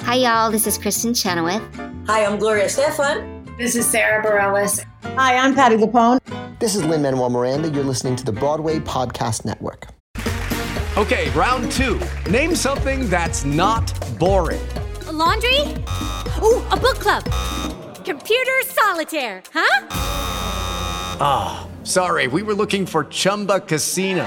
Hi, y'all. This is Kristen Chenoweth. Hi, I'm Gloria Stefan. This is Sarah Bareilles. Hi, I'm Patty Lapone. This is Lynn Manuel Miranda. You're listening to the Broadway Podcast Network. Okay, round two. Name something that's not boring. laundry? Ooh, a book club. Computer solitaire, huh? Sorry, we were looking for Chumba Casino.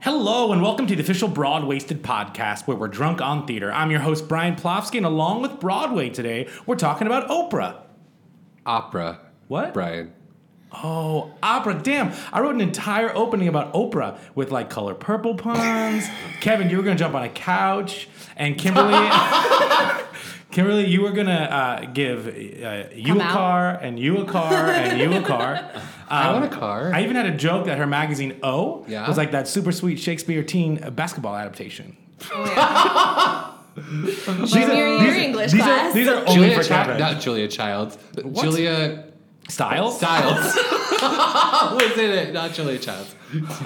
Hello, and welcome to the official Broad Wasted podcast where we're drunk on theater. I'm your host, Brian Plofsky, and along with Broadway today, we're talking about Oprah. Opera. What? Brian. Oh, opera. Damn. I wrote an entire opening about Oprah with like color purple puns. Kevin, you were going to jump on a couch. And Kimberly, Kimberly, you were going to uh, give uh, you a out. car and you a car and you a car. I Um, want a car. I even had a joke that her magazine O Yeah. was like that super sweet Shakespeare teen uh, basketball adaptation. Oh, These are- your- your these- English these class. Are, these are only Julia for Child. Kevin. Not Julia Childs. Julia Styles? Styles. was in it. Not Julia Childs.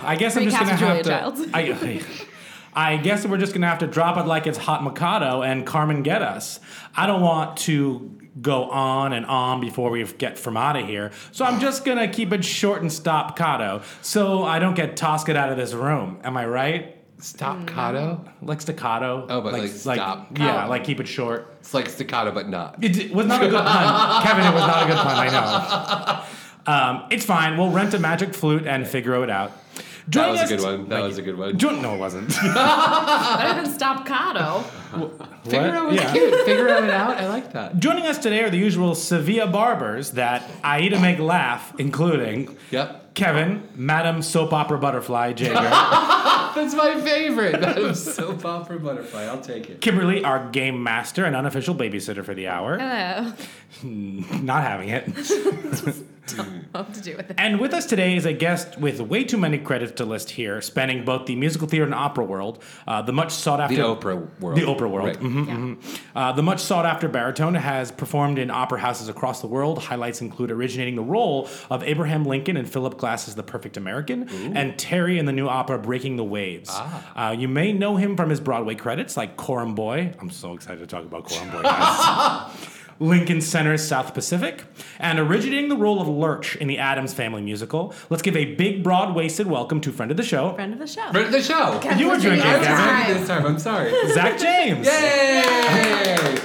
I guess I'm just gonna Recast have Julia to. I, I guess we're just gonna have to drop it like it's Hot Mikado and Carmen get us. I don't want to go on and on before we get from out of here, so I'm just gonna keep it short and stop Kato, so I don't get tosked out of this room. Am I right? Stop Cotto. Like staccato. Oh, but like stop. Yeah, like keep it short. It's like staccato, but not. It was not a good pun. Kevin, it was not a good pun, I know. Um, it's fine. We'll rent a magic flute and figure it out. That Joining was a us- good one. That was a good one. Join- no, it wasn't. Better than Stopcato. Figure out Yeah. cute. Figure it out. I like that. Joining us today are the usual Sevilla barbers that Aida make laugh, including Yep. Kevin, Madam Soap Opera Butterfly Jager, That's my favorite. That is soap opera butterfly. I'll take it. Kimberly, our game master and unofficial babysitter for the hour. Hello. Not having it. What to do with it? And with us today is a guest with way too many credits to list here, spanning both the musical theater and opera world, uh, the much sought after The Oprah world. Mm-hmm. The Oprah world. Right. mhm, mhm. Uh, the much sought after baritone has performed in opera houses across the world. Highlights include originating the role of Abraham Lincoln in Philip Glass's The Perfect American and Terry in the new opera Breaking the Waves. Uh, you may know him from his Broadway credits like Coram Boy. I'm so excited to talk about Coram Boy. guys. Lincoln Center's South Pacific, and originating the role of Lurch in the Adams Family musical. Let's give a big, broad-waisted welcome to friend of the show, Friend of the show. For the show. You were drinking, I was Kevin. ready this time. I'm sorry. Zach James. Yay!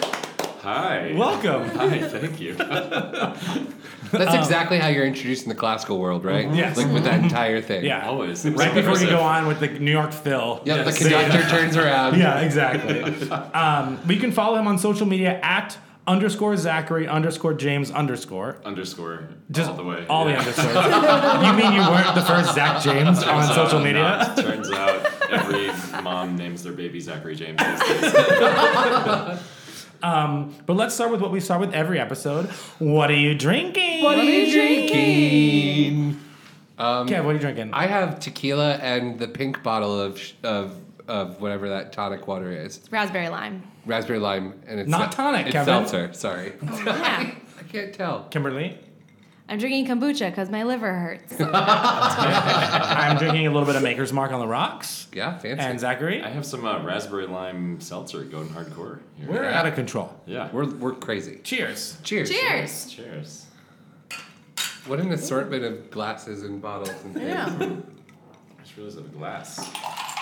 Hi. Welcome. Hi, thank you. That's exactly how you're introducing the classical world, right? Um, Mm-hmm. Yes. Like with that entire thing. Yeah. Always. Right before you go on with the New York Phil. Yeah, Yes. the conductor turns around. Yeah, exactly. um, but you can follow him on social media at underscore Zachary underscore James underscore. Underscore. Just all the way. All Yeah. the underscores. you mean you weren't the first Zach James on social media? Not- turns out every mom names their baby Zachary James these days. But let's start with what we start with every episode. What are you drinking? What are you drinking? Kev, what are you drinking? I have tequila and the pink bottle of sh- of of whatever that tonic water is, Raspberry lime. raspberry lime, and it's Not tonic, It's Kevin. seltzer. Sorry, Yeah. I can't tell. Kimberly? I'm drinking kombucha because my liver hurts. I'm drinking a little bit of Maker's Mark on the rocks. Yeah, fancy. And Zachary? I have some uh, raspberry lime seltzer going hardcore. Here. We're out of control. Yeah. We're we're crazy. Cheers. Cheers. Cheers. Cheers. What an assortment of glasses and bottles and things. Yeah. I just realized I have a glass.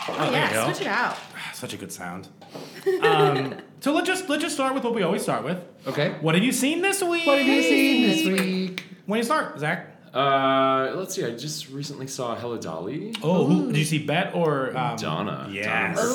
Oh, there you go. Switch it out. Such a good sound. Um, so let's just let's just start with what we always start with. Okay. What have you seen this week? What have you seen this week? When you start, Zach? Uh, let's see. I just recently saw Hella Dolly. Oh, who, did you see Bet or um, Donna. Yes. Donna Merkel.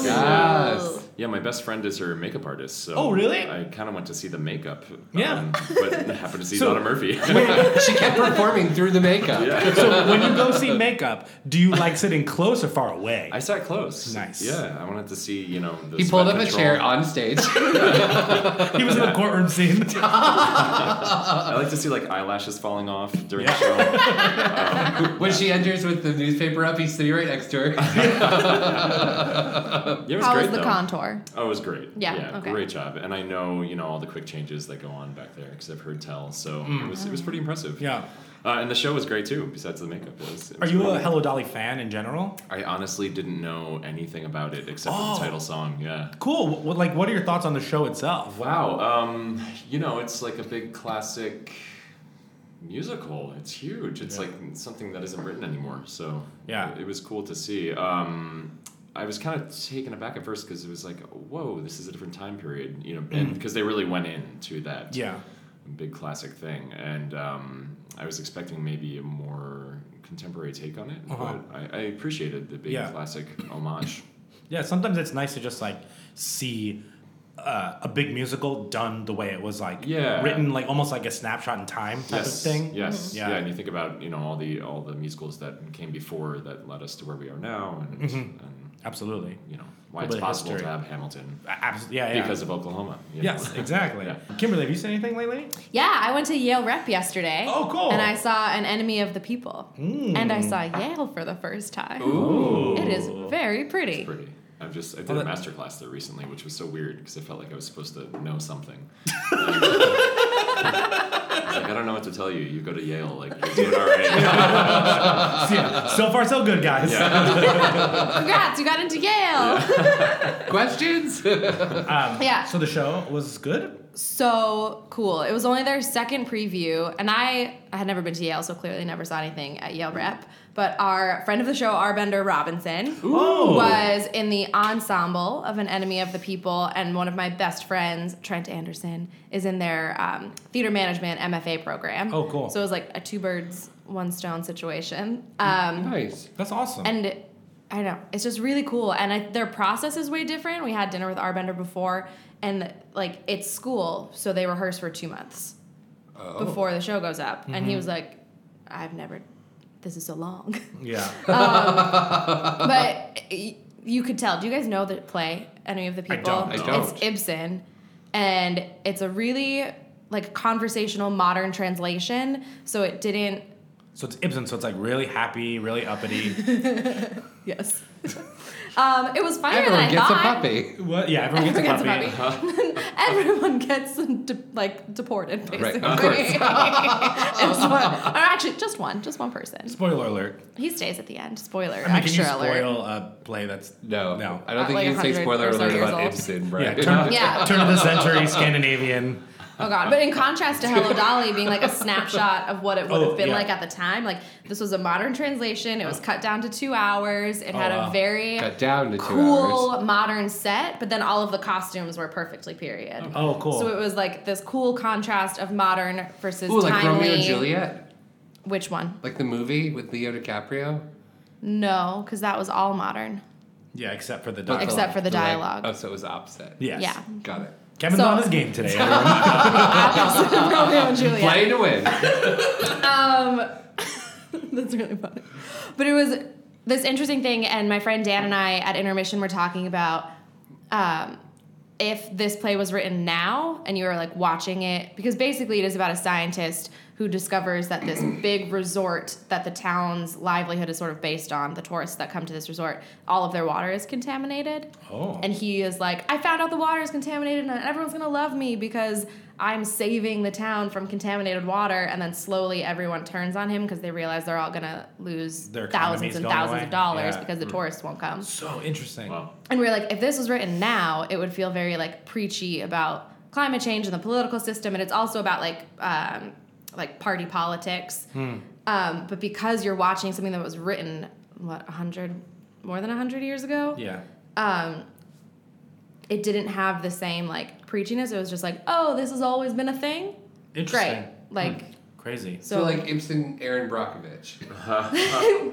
Oh. Yes. Yeah, my best friend is her makeup artist. So Oh, really? I kind of went to see the makeup. um, Yeah. but happened to see So- Donna Murphy. she kept performing through the makeup. So when you go see makeup, do you like sitting close or far away? I sat close. Nice. Yeah, I wanted to see, you know, the He pulled up sweat a control. chair on stage. he was in a courtroom scene. I like to see like eyelashes falling off during the show. when she enters with the newspaper up, he's sitting right next to her. Yeah, it was How great, was the though. contour? Oh, it was great. Yeah, okay. great job. And I know you know all the quick changes that go on back there because I've heard tell. So it was it was pretty impressive. Mm. Yeah. Uh, and the show was great too. Besides the makeup, it was. it Are was you great. a Hello Dolly fan in general? I honestly didn't know anything about it except Oh. for the title song. Yeah. Cool. What, like, what are your thoughts on the show itself? Wow. Um, you know, it's like a big classic musical. It's huge. It's like something that isn't written anymore. So Yeah. it, it was cool to see. Um, I was kind of taken aback at first because it was like, whoa, this is a different time period. You know, because they really went into that Mm. Yeah. big classic thing, and um, I was expecting maybe a more contemporary take on it. But I, I appreciated the big Uh-huh. Yeah. classic homage. Yeah. Sometimes it's nice to just like see uh, a big musical done the way it was like Yeah. written, like almost like a snapshot in time type yes. of thing. Yes. Mhm. Yeah. Yeah. and you think about you know all the all the musicals that came before that led us to where we are now, and, and Mm-hmm. Absolutely. you know why A it's bit of possible to history. have Hamilton Absolutely. Yeah. yeah. because of Oklahoma. you know? Yes, exactly. Yeah. Kimberly, have you seen anything lately? Yeah, I went to Yale Rep yesterday. Oh, cool. And I saw An Enemy of the People. And I saw Yale for the first time. Hmm. Ooh, It is very pretty. pretty. I've just I did a master class there recently, which was so weird because I felt like I was supposed to know something. I was like, I don't know what to tell you. You go to Yale, like you're doing all right. See, so far, so good, guys. Congrats, you got into Yale. Questions? yeah. So the show was good. so cool. It was only their second preview, and I I had never been to Yale, so clearly never saw anything at Yale Rep. But our friend of the show, Arbender Robinson, Oh, was in the ensemble of An Enemy of the People, and one of my best friends, Trent Anderson, is in their um, theater management MFA program. Oh, cool. So it was like a two birds, one stone situation. Um, nice. That's awesome. and I know it's just really cool. And I, their process is way different. We had dinner with Arbender before, and like it's school, so they rehearse for two months Oh. before the show goes up. And Mm-hmm. he was like, "I've never, this is so long." yeah. but y- you could tell. Do you guys know the play Enemy of the People? don't, I It's don't. Ibsen, and it's a really like conversational modern translation. So it didn't so it's Ibsen. So it's like really happy, really uppity. Yes. um, it was funnier Everyone than I gets thought. a puppy. what? Yeah. Everyone gets Everyone a puppy. gets Everyone gets de- like deported, Right, basically. of It's one- or actually, just one, just one person. Spoiler alert. He stays at the end. Spoiler, I mean, can you extra alert. spoil a play that's No. no? I don't think Like you can 100 say spoiler or so alert years about old. Ibsen, yeah, right? turn, Yeah. turn of the century Scandinavian. Oh god! But in contrast to Hello Dolly being like a snapshot of what it would Oh, have been yeah. like at the time, like this was a modern translation. It was cut down to two hours. It had wow. a very Oh, Cut down to two cool hours. modern set, but then all of the costumes were perfectly period. Oh, cool. So it was like this cool contrast of modern versus Ooh, like timely. Romeo and Juliet? Which one? Like the movie with Leo DiCaprio? No, because that was all modern. yeah, except for the But dog. Except for the like- dialogue. oh, so it was opposite. yes. Yeah. Got it. Kevin's So- on his game today. everyone. Romeo and Juliet. Play to win. That's really funny. But it was this interesting thing, and my friend Dan and I at intermission were talking about um, if this play was written now and you were like watching it, because basically it is about a scientist who discovers that this big resort that the town's livelihood is sort of based on, the tourists that come to this resort, all of their water is contaminated. Oh. And he is like, I found out the water is contaminated and everyone's gonna love me because I'm saving the town from contaminated water. And then slowly everyone turns on him because they realize they're all gonna lose Their economy's thousands and going thousands away. of dollars Yeah. Mm. because the tourists won't come. so interesting. Wow. And we are like, if this was written now, it would feel very like preachy about climate change and the political system, and it's also about like um, like party politics. Um, but because you're watching something that was written what hundred more than hundred years ago, Yeah. it didn't have the same like preachiness. It was just like, oh, this has always been a thing. Interesting. Great. Like Crazy. So, like Ibsen, Aaron Brockovich.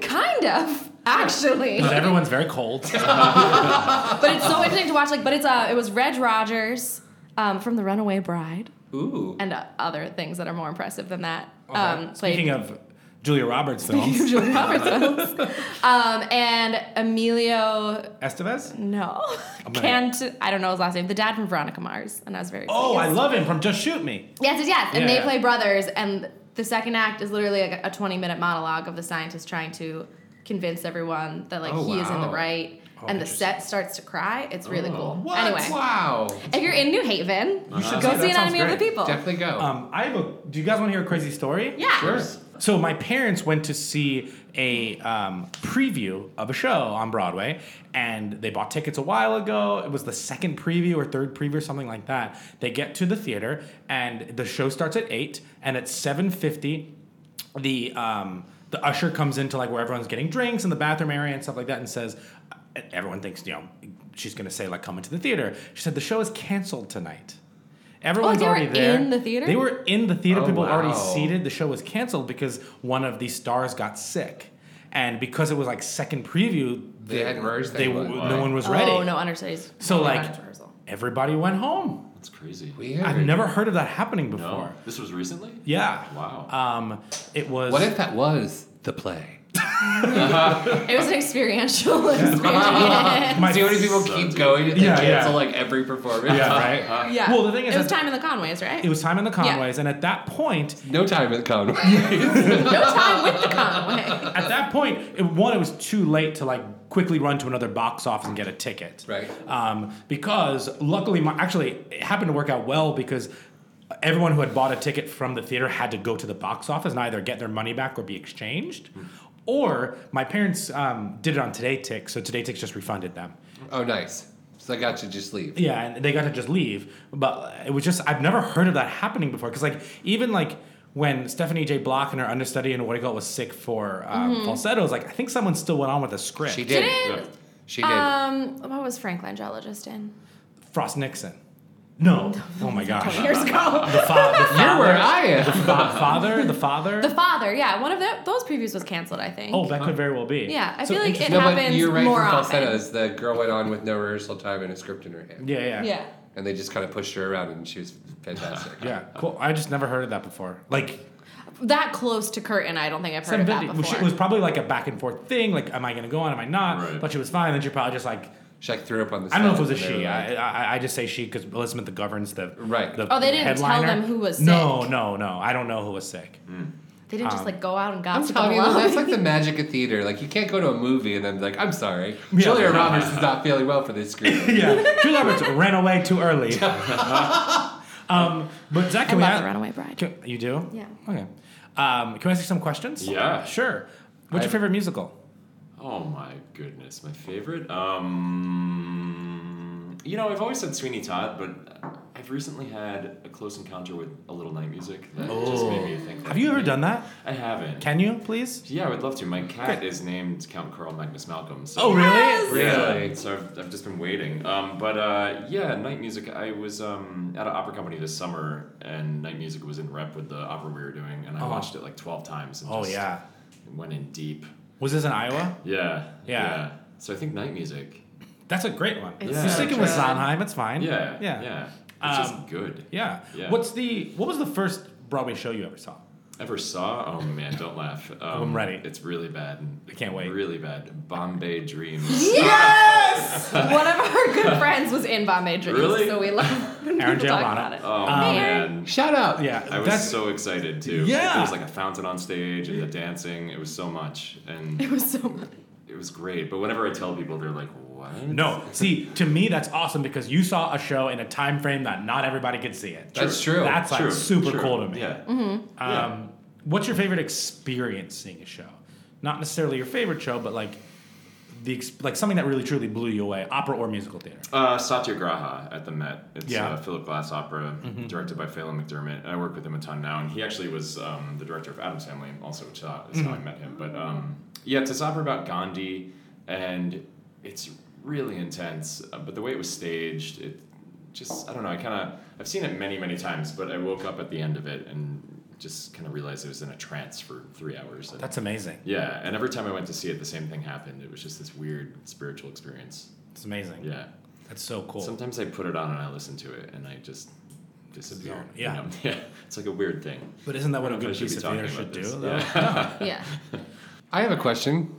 kind of actually. But everyone's very cold. Um, but it's so interesting to watch. Like, but it's uh, it was Reg Rogers um, from The Runaway Bride Ooh. and uh, other things that are more impressive than that. Um, played- Speaking of Julia Roberts films, Julia Roberts films. um, and Emilio, Estevez. no, gonna- Cant, I don't know his last name, the dad from Veronica Mars, and I was very. Oh, I excited. love him from Just Shoot Me. Yes, yes, yes, and Yeah, they yeah. play brothers, and the second act is literally like a twenty-minute monologue of the scientist trying to convince everyone that like Oh, he is in the wow. right, Oh, and the set starts to cry. It's really cool. What? Anyway, Wow. if you're in New Haven, you should go that see sounds Anatomy of the great. People. Definitely go. Um, I have a. Do you guys want to hear a crazy story? Yeah. sure. So my parents went to see a um, preview of a show on Broadway, and they bought tickets a while ago. It was the second preview or third preview or something like that. They get to the theater, and the show starts at eight, and at seven fifty, the um, the usher comes into like where everyone's getting drinks in the bathroom area and stuff like that, and says, "Everyone thinks you know she's gonna say like come into the theater." She said the show is canceled tonight. Everyone's Oh, they were already there. in the theater? They were in the theater. Oh, People were already wow. seated. The show was canceled because one of the stars got sick, and because it was like second preview, They hadn't rehearsed They anyone. w- no one was ready. Oh no, understudies. So Oh, like not rehearsal. everybody went home. That's crazy. Weird. I've never heard of that happening before. No, this was recently. Yeah. Wow. Um, it was. What if that was the play? it was an experiential experience. my See how many people keep going and they Yeah, cancel yeah. like every performance? Yeah, right. yeah. Well, the thing is, it was that- time in the Conways, right? It was time in the Conways, and at that point, No time at Conway. no time with the Conway. at that point, it, one, it was too late to like quickly run to another box office and get a ticket. Right. Um, because luckily, my, actually, it happened to work out well because everyone who had bought a ticket from the theater had to go to the box office and either get their money back or be exchanged. Or my parents um, did it on Today Tick, so Today Tick's just refunded them. oh, nice. So I got you. Just leave. Yeah, and they got to just leave. But it was just I've never heard of that happening before. Because like even like when Stephanie J. Block and her understudy and what do you call it was sick for um, Mm-hmm. falsettos, like I think someone still went on with the script. She did. Uh, Didn't- She did. Um, what was Frank Langella just in? Frost Nixon. No. Oh my gosh. Years ago. The, fa- the You're where father. I am. fa- father. The father. The father, yeah. One of the, those previews was canceled, I think. oh, that could very well be. yeah. I So feel like it interesting. No, but happens you're right more for often. falsettos. The girl went on with no rehearsal time and a script in her hand. Yeah, yeah. Yeah. And they just kind of pushed her around and she was fantastic. Yeah, cool. I just never heard of that before. Like, That close to curtain, I don't think I've heard some of that video, before. it was probably like a back and forth thing. Like, am I going to go on? Am I not? Right. But she was fine. Then she probably just like She like threw up on the I don't know if it set was a and they she. were like- I, I I just say she because Elizabeth the governs the Right. The Oh, they didn't tell headliner. them who was No, sick. no, no. I don't know who was sick. Mm. they didn't um, just like go out and I'm gossip. telling you, along. that's like the magic of theater. Like, you can't go to a movie and then be like, I'm sorry, Julia Roberts is not feeling well for this screen. Yeah, Julia Roberts ran away too early. um, but Zach, can we love ask, The Runaway Bride. Can, you do? Yeah. Okay. Um, can we ask you some questions? Yeah. Sure. What's your I've- favorite musical? Oh my goodness, my favorite. Um, you know, I've always said Sweeney Todd, but I've recently had a close encounter with a little night music that just made me think. Oh. Have Mm. you ever done that? I haven't. Can you please? yeah, I would love to. My cat is named Count Carl Magnus Malcolm. So Oh, really? Yeah, Really? so I've, I've just been waiting. Um, but uh, yeah, night music. I was um, at an opera company this summer, and night music was in rep with the opera we were doing, and I Uh-huh. watched it like twelve times. And Oh just yeah. went in deep. Was this in Iowa? Yeah, Yeah. So I think night music. That's a great one. Yeah. You're sticking with Yeah. Sondheim. It's fine. Yeah, Yeah. yeah. It's Um, just good. Yeah. Yeah. What's the what was the first Broadway show you ever saw? Ever saw? Oh man, don't laugh. Um, I'm ready. It's really bad. I can't wait. Really bad. Bombay Dreams. Yes! One of our good friends was in Bombay Dreams, Really? so we love when Aaron people talk Giovanna. about it. Oh Um, man. Shout out. Yeah, I was that's so excited too. Yeah. There was like a fountain on stage and the dancing. It was so much. And It was so much. it was great. But whenever I tell people, they're like, what? no. See, to me, that's awesome because you saw a show in a time frame that not everybody could see it. That's true. That's like True, super true. cool to me. Yeah. Um, what's your favorite experience seeing a show? Not necessarily your favorite show, but like the ex- like something that really truly blew you away, opera or musical theater. Uh, Satyagraha at the Met. It's Yeah. uh, Philip Glass opera, directed by Phelan McDermott. I work with him a ton now, and he actually was um, the director of Adam's Family, also, which uh, is how I met him. But um, yeah, it's this opera about Gandhi, and it's really intense. uh, But the way it was staged, it just I don't know. I kind of I've seen it many many times, but I woke up at the end of it and just kind of realized I was in a trance for three hours. And- That's amazing. Yeah, and every time I went to see it, the same thing happened. It was just this weird spiritual experience. It's amazing. Yeah. That's so cool. Sometimes I put it on and I listen to it and I just disappear. Zone, yeah. You know? Yeah. It's like a weird thing. But isn't that I what a don't know good if I piece of be talking theater should about do? this. Though? Yeah. Yeah. I have a question.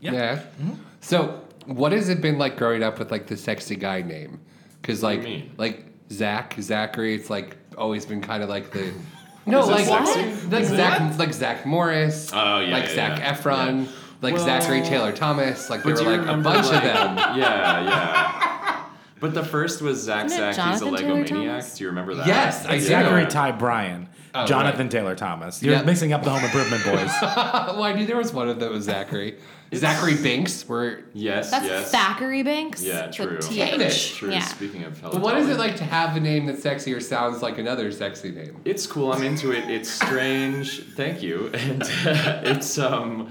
Yeah. Mm-hmm. So, what has it been like growing up with like the sexy guy name? Because What do like you mean? like Zach Zachary, it's like always been kind of like the no Is it like sexy? like Is it- Zach like Zach Morris. Oh, yeah, Like yeah, Zach yeah. Efron. Yeah. Like Well- Zachary Taylor Thomas. Like there But do were you like a remember, bunch like- of them. Yeah, yeah. But the first was Zach Isn't it Zach, he's a Jonathan Lego Taylor maniac. Thomas? Do you remember that? Yes, I do. Zachary Ty Bryan, Oh, Jonathan right. Taylor Thomas. You're Yeah. mixing up the Home Improvement boys. well, Oh, I knew there was one of them was Zachary. Zachary Binks. Were Yes, That's yes. Thackeray Banks. Yeah, true. The Damn it. TH. True. Yeah. Speaking of hell. but what is it like to have a name that's sexy or sounds like another sexy name? It's cool. I'm into it. It's strange. Thank you. And it's um,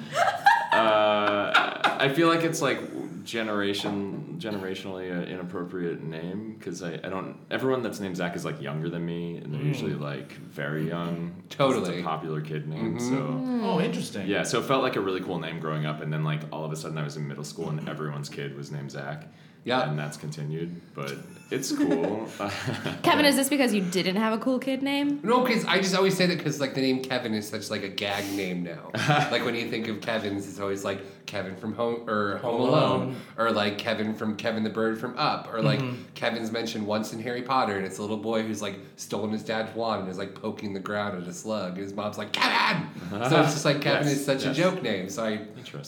uh, I feel like it's like generation generationally uh, inappropriate name because I, I don't everyone that's named Zach is like younger than me and they're Hmm. usually like very young. 'cause It's Totally. a popular kid name. So. oh, interesting. Yeah, so it felt like a really cool name growing up, and then like all of a sudden I was in middle school and everyone's kid was named Zach. Yeah. and that's continued, but it's cool. Kevin, is this because you didn't have a cool kid name? No, because I just always say that because like the name Kevin is such like a gag name now. like when you think of Kevin's, it's always like Kevin from Home or Home, Alone. or like Kevin from Kevin the Bird from Up, or like Kevin's mentioned once in Harry Potter, and it's a little boy who's like stolen his dad's wand and is like poking the ground at a slug, and his mom's like Kevin. so it's just like Kevin Yes, is such yes. a joke name. So I,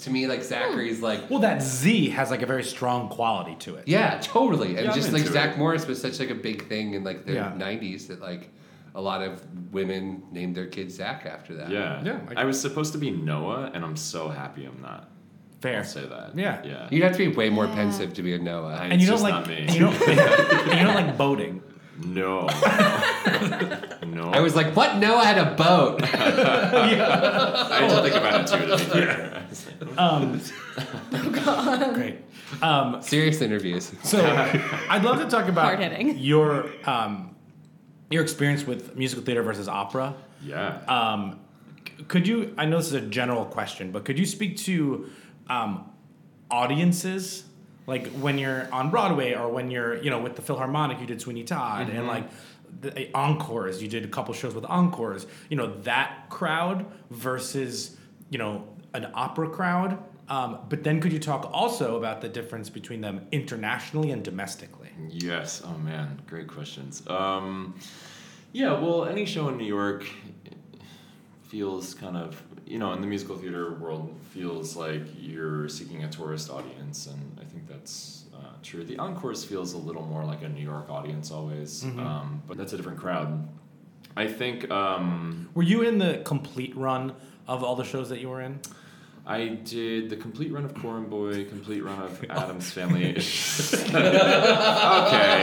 to me, like Zachary's like. Well, that Z has like a very strong quality to it. Yeah, totally. And Yeah, I'm just like into Zach it. Morris was such like a big thing in like the Yeah. '90s that like a lot of women named their kids Zach after that. Yeah. Yeah, I- I, was supposed to be Noah, and I'm so happy I'm not. Fair. I'll say that. Yeah. Yeah. You'd have to be way more pensive to be a Noah. I- And you It's don't just like not me. and you don't and you don't like boating. No. no. I was like, what? Noah had a boat. I had to think about it too. To be fair. Um, Great. Serious interviews. So I'd love to talk about Hard-hitting. your um, your experience with musical theater versus opera. Yeah. Um, c- could you? I know this is a general question, but could you speak to um, audiences, like when you're on Broadway or when you're, you know, with the Philharmonic, you did Sweeney Todd, and like the eh, encores, you did a couple shows with encores. You know that crowd versus you know an opera crowd. Um, but then could you talk also about the difference between them internationally and domestically? Yes. Oh man, great questions. Um, yeah. Well, any show in New York feels kind of you know in the musical theater world feels like you're seeking a tourist audience, and I think that's uh, true. The encores feels a little more like a New York audience always, Mm-hmm. um, but that's a different crowd. I think um, Were you in the complete run of all the shows that you were in? I did the complete run of Corum Boy, complete run of Adam's Family. okay.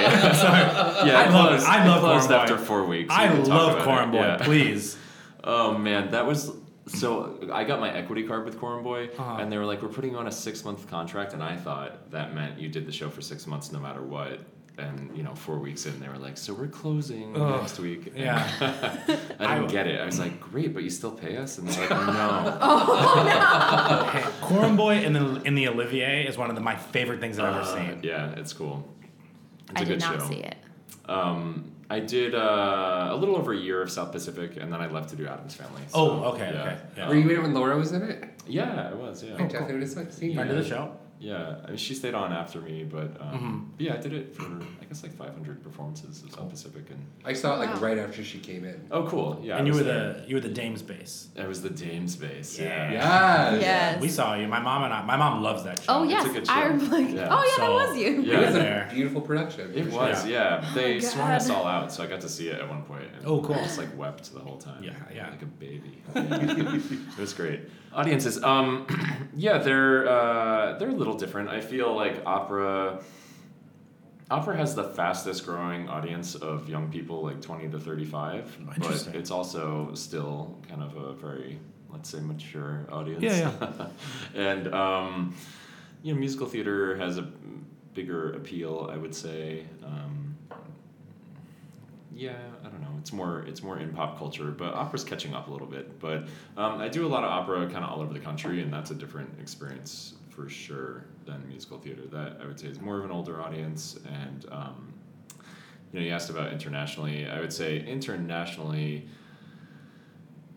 Yeah, I love it. closed- I love closed Corn Boy. after four weeks. I We can talk love about Corn it. Boy. Yeah. Please. Oh man, that was so. I got my equity card with Corn Boy, Uh-huh. and they were like, "We're putting you on a six month contract," and I thought that meant you did the show for six months no matter what. And you know, four weeks in, they were like, "So we're closing Ugh, next week." And Yeah. I didn't get it. I was like, "Great, but you still pay us?" And they're like, "No." Corn Boy and then in the Olivier is one of the, my favorite things I've ever seen. Uh, yeah, it's cool. It's I a did good not show. see it. Um, I did uh, a little over a year of South Pacific, and then I left to do Adam's Family. so, Oh, okay, yeah. okay. Yeah. Were you in it when Laura was in it? Yeah, it was. Yeah. I definitely would have seen Friend of that. the show. Mm-hmm. Yeah, I mean, she stayed on after me, but um, but yeah, I did it for I guess like 500 performances of South Pacific, and I saw it like right after she came in. oh, cool, yeah. I And you was were there. the you were the dame's base. I was the dame's base. Yeah. Yeah. Yes. We saw you. My mom and I. My mom loves that show. oh, yes. a good I show. remember. Like, Yeah. Oh, yeah, that So- was you. Oh, Yeah. It was There. a beautiful production. It was, yeah. They God. swung us all out, so I got to see it at one point. And Oh, cool. I just like wept the whole time. Yeah, yeah. Like a baby. it was great. Audiences, um, yeah, they're uh, they're a little different. I feel like opera. Opera has the fastest growing audience of young people, like twenty to thirty-five, but Interesting. it's also still kind of a very, let's say, mature audience. Yeah, yeah. and um, you know, musical theater has a bigger appeal, I would say. Um, yeah, I don't know. It's more it's more in pop culture, but opera's catching up a little bit. But um, I do a lot of opera kind of all over the country, and that's a different experience for sure than musical theater. That I would say is more of an older audience, and um, you know, you asked about internationally. I would say internationally,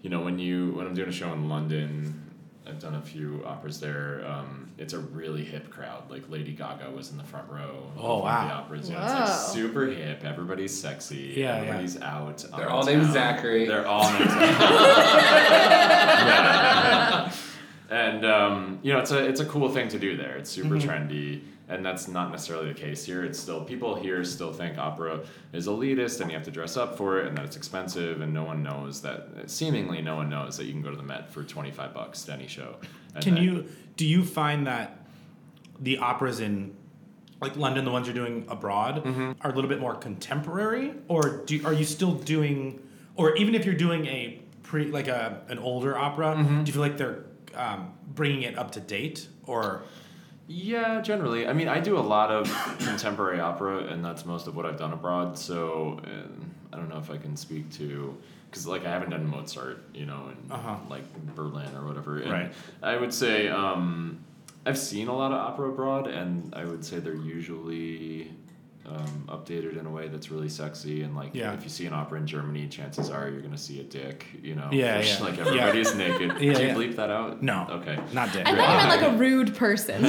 you know, when you when I'm doing a show in London, I've done a few operas there. Um, it's a really hip crowd. Like Lady Gaga was in the front row. Oh, of wow. The operas. You know, it's like Whoa. super hip. Everybody's sexy. Yeah, yeah. Everybody's out. on They're all town. named Zachary. They're all named Zachary. and um, you know, it's a it's a cool thing to do there. It's super Mm-hmm. Mhm. trendy, and that's not necessarily the case here. It's still people here still think opera is elitist, and you have to dress up for it, and that it's expensive, and no one knows that. Seemingly, no one knows that you can go to the Met for twenty five bucks to any show. And Can that- you do you find that the operas in like London, the ones you're doing abroad, Mm-hmm. are a little bit more contemporary, or do are you still doing, or even if you're doing a pre like a an older opera, Mm-hmm. do you feel like they're um, bringing it up to date, or Yeah, generally. I mean, I do a lot of contemporary opera, and that's most of what I've done abroad. So um, I don't know if I can speak to because like I haven't done Mozart, you know, in Uh-huh. like Berlin or whatever. And Right. I would say um, I've seen a lot of opera abroad, and I would say they're usually. Um, updated in a way that's really sexy and like Yeah. if you see an opera in Germany, chances are you're gonna see a dick, you know. Yeah, yeah. Like Yeah. everybody's naked. Yeah, Can you yeah. bleep that out? No. Okay. Not dick. I thought you meant like a rude person.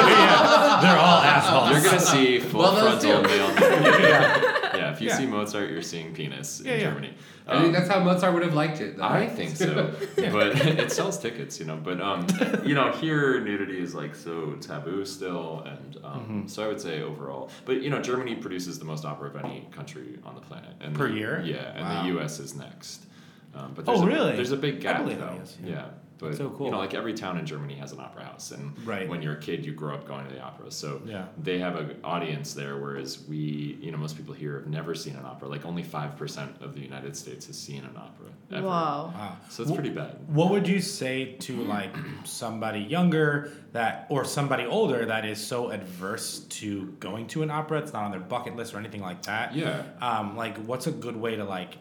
They're all assholes. You're gonna see full Well, those frontal do. male. yeah. if you Yeah. see Mozart, you're seeing penis Yeah, in yeah. Germany. Um, I mean, that's how Mozart would have liked it. Though. I think so, but it sells tickets, you know. But um, you know, here nudity is like so taboo still, and um, Mhm. so I would say overall. But you know, Germany produces the most opera of any country on the planet, and Per the- year? Yeah, and Wow. the U.S. is next. Um, but Oh, there's a, really? There's a big I gap believe though. that is, yeah. yeah. But So you cool. know, like every town in Germany has an opera house, and Right. when you're a kid, you grow up going to the opera. So Yeah. they have an audience there, whereas we, you know, most people here have never seen an opera. Like only five percent of the United States has seen an opera. Ever. Wow. Wow. So it's Wh- pretty bad. What would you say to like somebody younger that or somebody older that is so adverse to going to an opera? It's not on their bucket list or anything like that. Yeah. Um, like, what's a good way to like,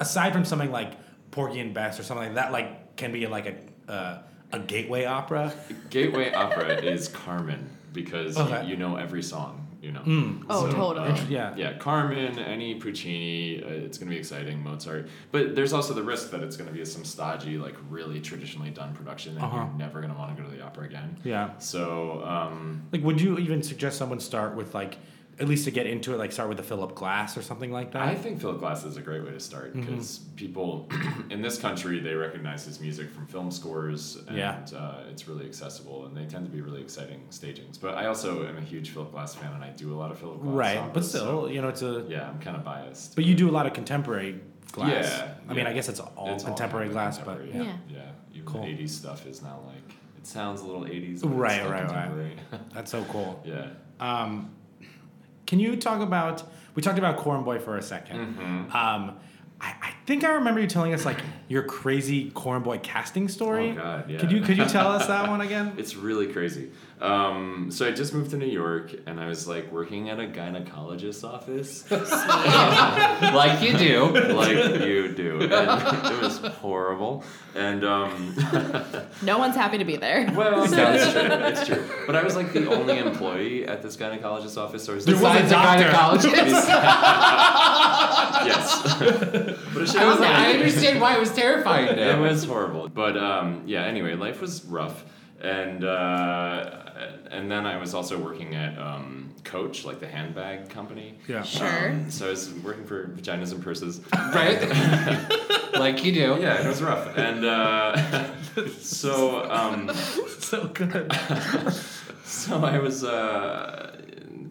aside from something like Porgy and Bess or something like that, like can be like a uh, a gateway opera. Gateway opera is Carmen because you- Okay. you, know every song. You know. Mm. Oh, totally. um, Yeah. Yeah. Carmen, any Puccini, uh, it's gonna be exciting. Mozart, but there's also the risk that it's gonna be some stodgy, like really traditionally done production, and Uh-huh. you're never gonna want to go to the opera again. Yeah. So. Um, Like, would you even suggest someone start with like, at least to get into it, like start with a Philip Glass or something like that? I think Philip Glass is a great way to start Mhm. because people in this country they recognize his music from film scores and Yeah. uh, it's really accessible and they tend to be really exciting stagings. But I also am a huge Philip Glass fan and I do a lot of Philip Glass. Right, but operas, still, so- you know, it's a yeah. I'm kind of biased. But you do a lot of contemporary glass. Yeah, I mean, yeah. I guess it's all It's all contemporary glass, but contemporary, yeah. Even Cool. 80s stuff is now like it sounds a little 80s. but it's Right, still right, contemporary. right. That's so cool. Yeah. Um, can you talk about? We talked about Corn Boy for a 2nd Mhm. Um, I, I think I remember you telling us like your crazy Corn Boy casting story. Oh God, yeah. Could you could you tell us that one again? It's really crazy. Um, so I just moved to New York, and I was like working at a gynecologist's office, like you do. like you do. And it was horrible, and um, No one's happy to be there. Well, no, it's true. It's true. But I was like the only employee at this gynecologist's office. So I was There was a Besides the doctor. yes. but it should- I was like, I understand why it was terrifying now. It was horrible. But um, yeah, anyway, life was rough. And uh, and then I was also working at um, Coach, like the handbag company. Yeah. Um, Sure. so I was working for vaginas and purses. Right? like you do. Yeah, it was rough. And uh, so. Um, so good. so I was uh,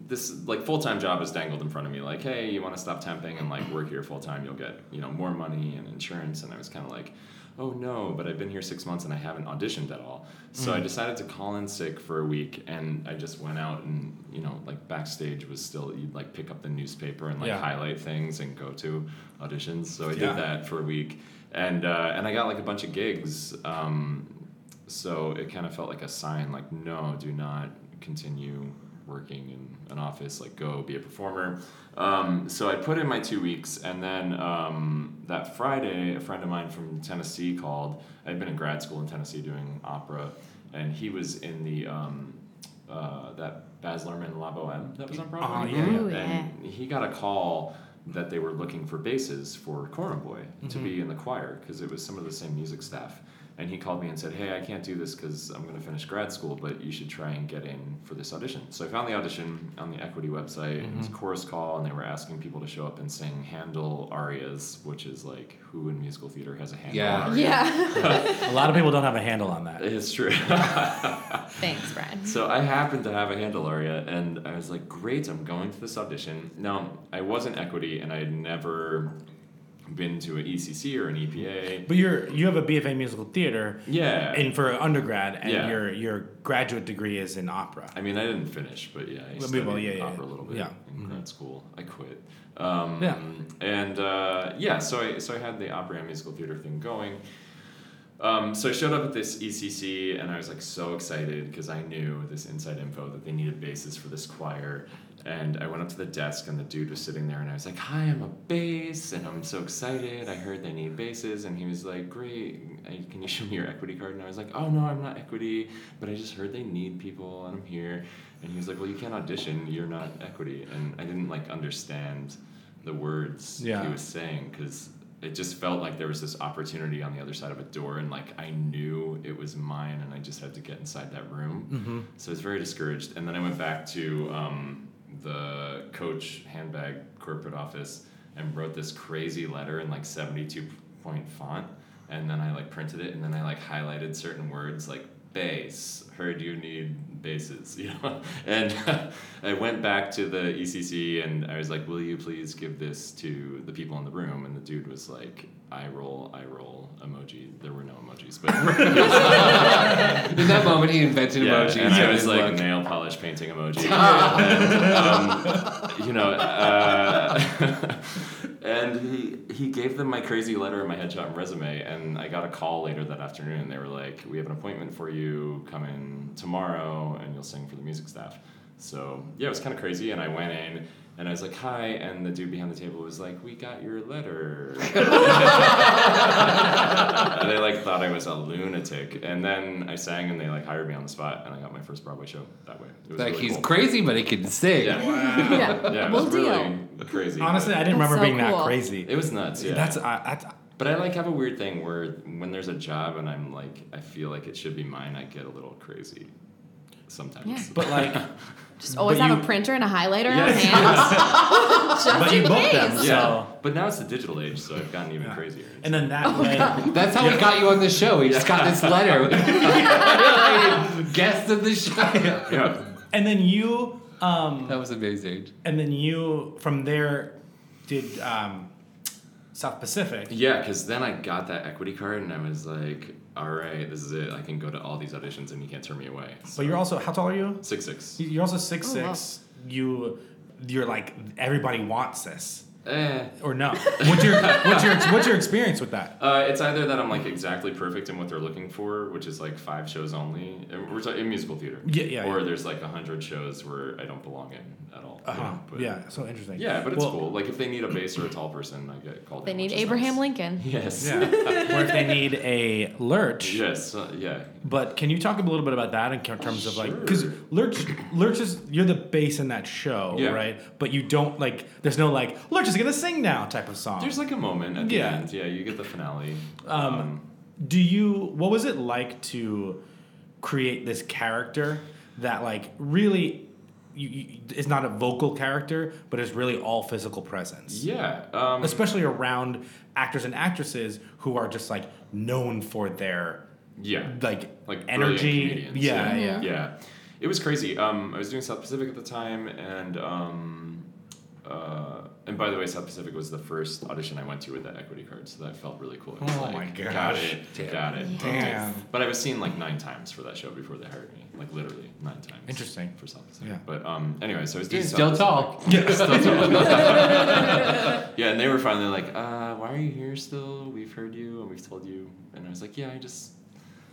this like full time job was dangled in front of me. Like, hey, you want to stop temping and like work here full time? You'll get you know more money and insurance. And I was kind of like, oh no, but I've been here six months and I haven't auditioned at all. So I Mm. decided to call in sick for a week, and I just went out and you know like backstage was still you'd like pick up the newspaper and like Yeah. highlight things and go to auditions. So I Yeah. did that for a week. And, uh, and I got like a bunch of gigs um, so it kind of felt like a sign like no do not continue working in an office, like go be a performer. Um, so I put in my two weeks, and then um, that Friday, a friend of mine from Tennessee called. I'd been in grad school in Tennessee doing opera, and he was in the um, uh, that Baz Luhrmann La Boheme that was on Broadway. yeah, yeah. Ooh, And he got a call that they were looking for basses for Corona Boy to be in the choir because it was some of the same music staff. And he called me and said, "Hey, I can't do this because I'm going to finish grad school, but you should try and get in for this audition." So I found the audition on the Equity website. It was a chorus call, and they were asking people to show up and sing Handel arias, which is like who in musical theater has a Handel Yeah. aria? Yeah. a lot of people don't have a handle on that. It's true. Thanks, Brad. So I happened to have a Handelaria, and I was like, great, I'm going to this audition. Now, I was in equity, and I had never been to an ECC or an E EPA. But you're you have a BFA musical theater. Yeah. And for undergrad, and Yeah. your your graduate degree is in opera. I mean, I didn't finish, but yeah, I Well, studied well, yeah, yeah, opera a little bit yeah. Mm-hmm. in grad school. I quit. Um, Yeah. And uh, yeah, so I so I had the opera and musical theater thing going. Um, so I showed up at this ECC and I was like so excited because I knew this inside info that they needed basses for this choir. And I went up to the desk and the dude was sitting there and I was like, "Hi, I'm a bass and I'm so excited. I heard they need basses." And he was like, "Great, I- can you show me your equity card?" And I was like, "Oh no, I'm not equity, but I just heard they need people and I'm here." And he was like, "Well, you can't audition. You're not equity." And I didn't like understand the words Yeah. he was saying because it just felt like there was this opportunity on the other side of a door and like i knew it was mine and i just had to get inside that room so i was very discouraged and then i went back to um, the coach handbag corporate office and wrote this crazy letter in like 72 point font and then i like printed it and then i like highlighted certain words like bass heard you need bases you know and i went back to the ecc and i was like will you please give this to the people in the room and the dude was like i roll i roll emoji there were no emojis but In that moment, he invented yeah, emojis. and so i was his like luck. nail polish painting emoji and, um, you know uh, and he he gave them my crazy letter and my headshot and resume and i got a call later that afternoon and they were like we have an appointment for you come in tomorrow and you'll sing for the music staff so yeah it was kind of crazy and i went in and i was like hi and the dude behind the table was like we got your letter and they like thought i was a lunatic and then i sang and they like hired me on the spot and i got my first broadway show that way it was like really he's cool. crazy, but he can sing. yeah. yeah, it Well, was really crazy. Honestly, I didn't That's remember so being cool. that crazy. It was nuts. Yeah. That's I, that's but I like have a weird thing where when there's a job and I'm like I feel like it should be mine, I get a little crazy sometimes. Yeah. but like Just always But have you- a printer and a highlighter on Yes. hand. Just but in you booked case. them. yeah. So But now it's the digital age, so I've gotten even crazier. and then Oh that way That's how we got you on the show. He just got this letter. Guest of the show. yeah. and then you um That was amazing. and then you from there did um South Pacific. Yeah, because then I got that equity card and I was like, all right, this is it. I can go to all these auditions and you can't turn me away. So, But you're also how tall are you? six six. You're also Oh, six six. You you're like everybody wants this. Eh. Or no? What's your what's your what's your experience with that? Uh, it's either that I'm like exactly perfect in what they're looking for, which is like five shows only. and We're talking in musical theater. Yeah, yeah, Or yeah. there's like a hundred shows where I don't belong in at all. you Uh-huh. know, but- yeah, so interesting. Yeah, but it's Well, cool. Like if they need a bass or a tall person, I get called. They in, need which is Abraham nice. Lincoln. Yes. Yeah. or if they need a lurch. yes. uh, yeah. But can you talk a little bit about that in terms of like because Sure. Lurch Lurch is you're the bass in that show, Yeah. right? But you don't like there's no like Lurch is gonna sing now type of song. There's like a moment at the Yeah. Um, end. Yeah, you get the finale. Um, Do you what was it like to create this character that like really you, you, is not a vocal character, but is really all physical presence? yeah. Um, Especially around actors and actresses who are just like known for their yeah. like, like brilliant energy. comedians, Yeah, yeah. yeah. It was crazy. Um, I was doing South Pacific at the time, and um, uh, and by the way, South Pacific was the first audition I went to with that equity card, so that felt really cool. It was Oh like, my Got gosh. it, got it. Damn. But I was seen like nine times for that show before they hired me, like literally nine times. Interesting. for South Pacific. Yeah. But um, anyway, so I was doing He's South still Pacific. tall. Yeah, and they were finally like, uh, "Why are you here still? We've heard you and we've told you." And I was like, "Yeah, I just."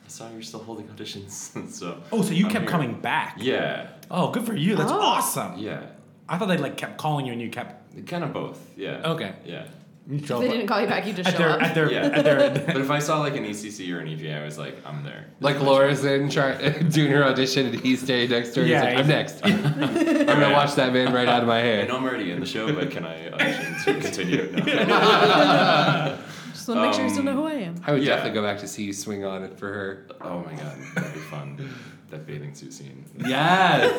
I saw you're still holding auditions. so Oh, so you I'm kept here. coming back. Yeah. Oh, good for you. That's Oh. awesome. Yeah. I thought they like kept calling you and you kept kind of both. Yeah. Okay. Yeah. You show They up- didn't call you back. You just at show their, up. At their, yeah. at their, but if I saw like an ECC or an EVA, I was like, I'm there. Like Laura's in try, doing her audition and he's standing next to her. Yeah, Yeah, he's like, I'm next. I'm going to watch that man right out of my I hair. know I'm already in the show, but can I audition to continue? No. Just want to make sure you still know who I am. I would Yeah. definitely go back to see you swing on it for her. Oh my god, that'd be fun. That bathing suit scene. Yes.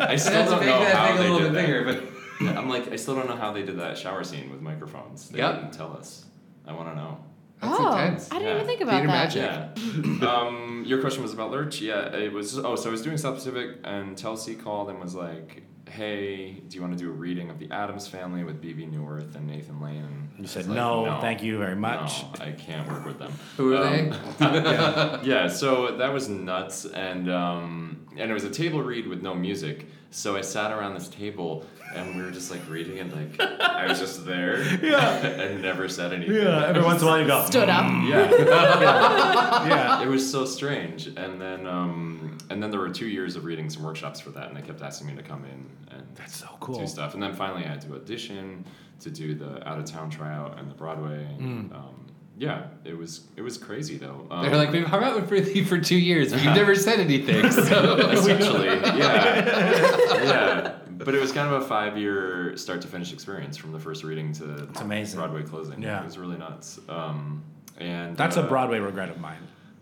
I still That's don't make know that how thing a they little did bit that. bigger, but- Yeah, I'm like, I still don't know how they did that shower scene with microphones. They Yep. didn't tell us. I want to know. That's oh, intense. I didn't Yeah. even think about Theater that. magic. Yeah. um, your question was about Lurch. Yeah, it was. Oh, so I was doing South Pacific, and Chelsea called and was like, "Hey, do you want to do a reading of the Adams Family with BB Newirth and Nathan Lane?" And I you was said, like, no, thank you very much. No, I can't work with them. Who are Um, they? yeah, so that was nuts, and um, and it was a table read with no music. So I sat around this table, and we were just like reading, and like I was just there, Yeah. and never said anything. Yeah, every once in a while you go. Stood up. Yeah, Yeah. it was so strange. And then um, and then there were two years of readings and workshops for that, and they kept asking me to come in and That's so cool. do stuff. And then finally, I had to audition to do the out of town tryout and the Broadway. Mm. And, um, yeah, it was it was crazy though. Um, They're like, we've hung out with you for two years, but you've never said anything. So essentially, yeah, yeah. But it was kind of a five year start to finish experience from the first reading to amazing. Broadway closing. Yeah. it was really nuts. Um, and That's uh, a Broadway regret of mine.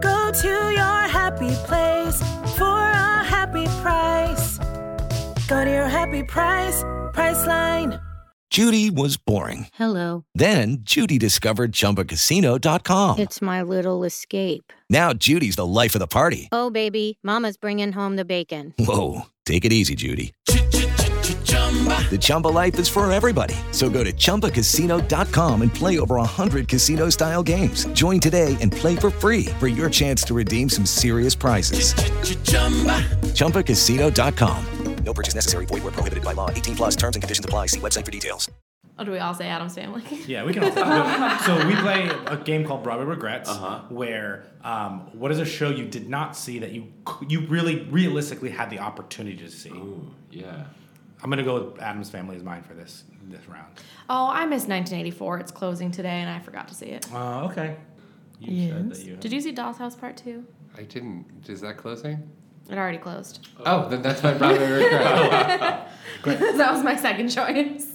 Go to your happy place for a happy price. Go to your happy price, Priceline. Judy was boring. Hello. Then Judy discovered ChumbaCasino.com. It's my little escape. Now Judy's the life of the party. Oh, baby, Mama's bringing home the bacon. Whoa, take it easy, Judy. The Chumba life is for everybody. So go to ChumbaCasino.com and play over 100 casino style games. Join today and play for free for your chance to redeem some serious prizes. ChumbaCasino.com. No purchase necessary. Void where prohibited by law. 18 plus terms and conditions apply. See website for details. Oh, do we all say Adam's family? Yeah, we can. All so we play a game called Broadway Regrets, Uh-huh. where um, what is a show you did not see that you c- you really realistically had the opportunity to see? yeah. I'm gonna go with Adam's Family is mine for this this round. Oh, I missed 1984. It's closing today, and I forgot to see it. Uh, okay. You said that you. Did you see Doll's House Part Two? I didn't. Is that closing? It already closed. Oh, then that's my Broadway regret. that was my second choice.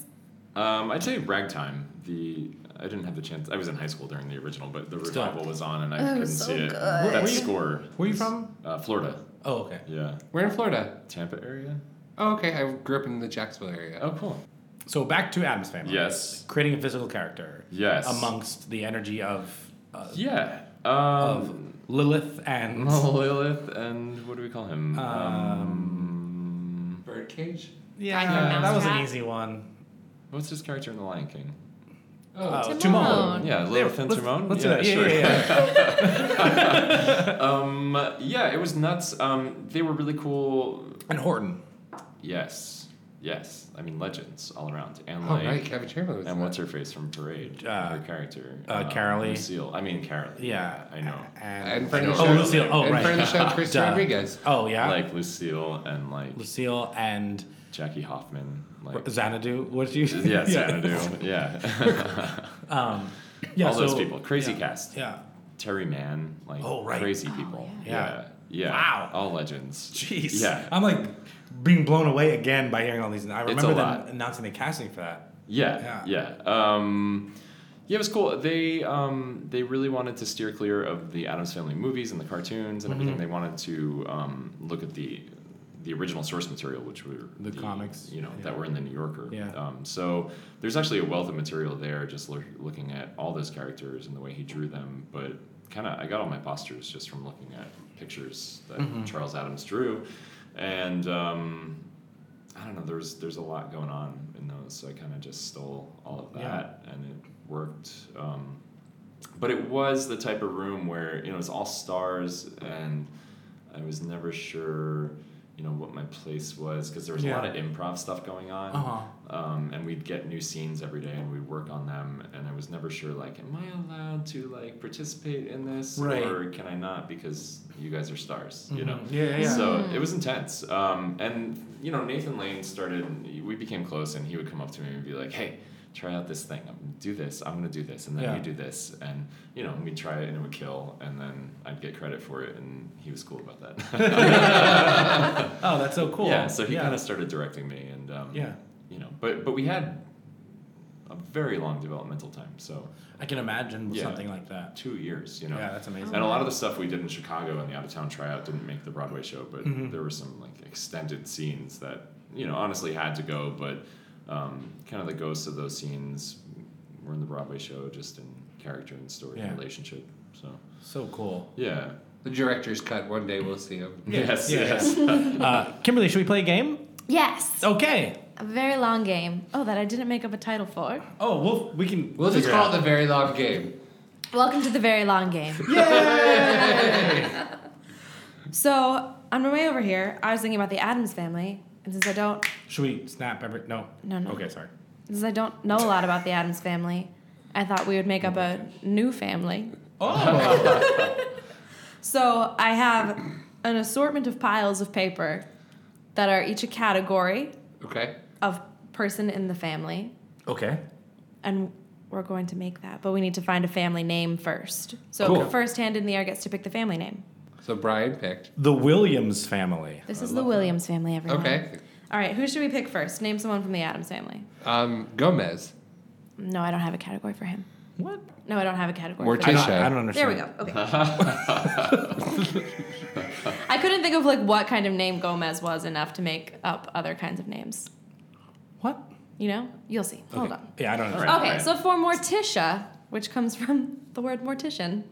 Um, I'd say Ragtime. The I didn't have the chance. I was in high school during the original, but the Still. revival was on, and I Oh, it couldn't was see so it. good. Where- That where you- score. where you was, from? Uh, Florida. Oh, okay. Yeah. We're in Florida. Tampa area. Oh, okay. I grew up in the Jacksonville area. Oh, cool. So back to Adam's Family. Yes. Creating a physical character. Yes. Amongst the energy of. Uh, Yeah. Of Um, Lilith and. Oh. Lilith and what do we call him? um, Birdcage? Yeah, Tiger that was an Mousetrap. easy one. What's his character in The Lion King? Oh, Timon. Timon. Yeah, Lilith and Timon. Let's yeah, do that. Yeah, sure. yeah, yeah. Um, yeah, it was nuts. Um, they were really cool. and Horton. Yes, yes. I mean, legends all around. And Oh, like, right. Kevin Chamberlain was in and that. what's her face from Parade? Uh, her character. uh, Carolee. Lucille. I mean, Carolee. Yeah. I know. And, And friend of the oh, show. Lucille. Oh, and right. friend of the show, Chris Duh. Rodriguez. Oh, yeah. Like Lucille and like Lucille and Jackie Hoffman. Like Xanadu. What did you? yeah, Xanadu. Yeah. Um, yeah. all those so- people. Crazy yeah, cast. Yeah. Terry Mann, like Oh, right. crazy people. yeah. yeah. yeah. Wow. All legends. Jeez. Yeah. I'm like being blown away again by hearing all these. I It's remember a them lot. announcing the casting for that. Yeah, yeah. Um, yeah, it was cool. They um, they really wanted to steer clear of the Adams Family movies and the cartoons Mm-hmm. and everything. They wanted to um, look at the the original source material, which were The comics, you know, yeah. that were in the New Yorker. Yeah. Um, so there's actually a wealth of material there, just loo- looking at all those characters and the way he drew them. But Mm-hmm. kind of, I got all my postures just from looking at pictures that Charles Adams drew. and um, I don't know. There's there's a lot going on in those, so I kind of just stole all of that, and it worked. Um, but it was the type of room where you know it's all stars, and I was never sure you know what my place was because there was a lot Yeah. of improv stuff going on, Uh-huh. um, and we'd get new scenes every day, and we'd work on them, and I was never sure like am I allowed to like participate in this Right. or can I not because you guys are stars, you know? Mhm. Yeah, yeah, yeah. So Mhm. it was intense. Um, and you know, Nathan Lane started. We became close, and he would come up to me and be like, "Hey, try out this thing. I'm do this. I'm gonna do this, and then Yeah. you do this." And you know, we'd try it, and it would kill, and then I'd get credit for it, and he was cool about that. Oh, that's so cool. Yeah. So he Yeah. kind of started directing me, and um, Yeah. you know, but but we had a very long developmental time. So I can imagine with Yeah. something like that. Two years, you know. Yeah, that's amazing. And a lot of the stuff we did in Chicago and the out of town tryout didn't make the Broadway show, but Mhm. there were some like extended scenes that you know honestly had to go, but um, kind of the ghosts of those scenes were in the Broadway show, just in character and story Yeah. and relationship. So So cool. yeah, the director's cut. One day we'll see him. Yes, yes. uh, Kimberly, should we play a game? Yes. Okay. A very long game. Oh, that I didn't make up a title for. Oh, we'll we can. We'll just call it the very long game. Welcome to the very long game. so, on my way over here, I was thinking about the Adams family, and since I don't Should we snap every? No. No, no. Okay, sorry. since I don't know a lot about the Adams family, I thought we would make up a new family. Oh. So, I have an assortment of piles of paper that are each a category Okay. of person in the family, Okay. and we're going to make that, but we need to find a family name first. So, Cool. first hand in the air gets to pick the family name. So Brian picked. The Williams family. This is the Williams family, everyone. Okay. All right, who should we pick first? Name someone from the Adams family. Um, Gomez. No, I don't have a category for him. What? No, I don't have a category. for Morticia. him. There we go. Okay. I couldn't think of like what kind of name Gomez was enough to make up other kinds of names. What? You know? You'll see. Hold on. Yeah, I don't know. okay, so for Morticia, which comes from the word mortician,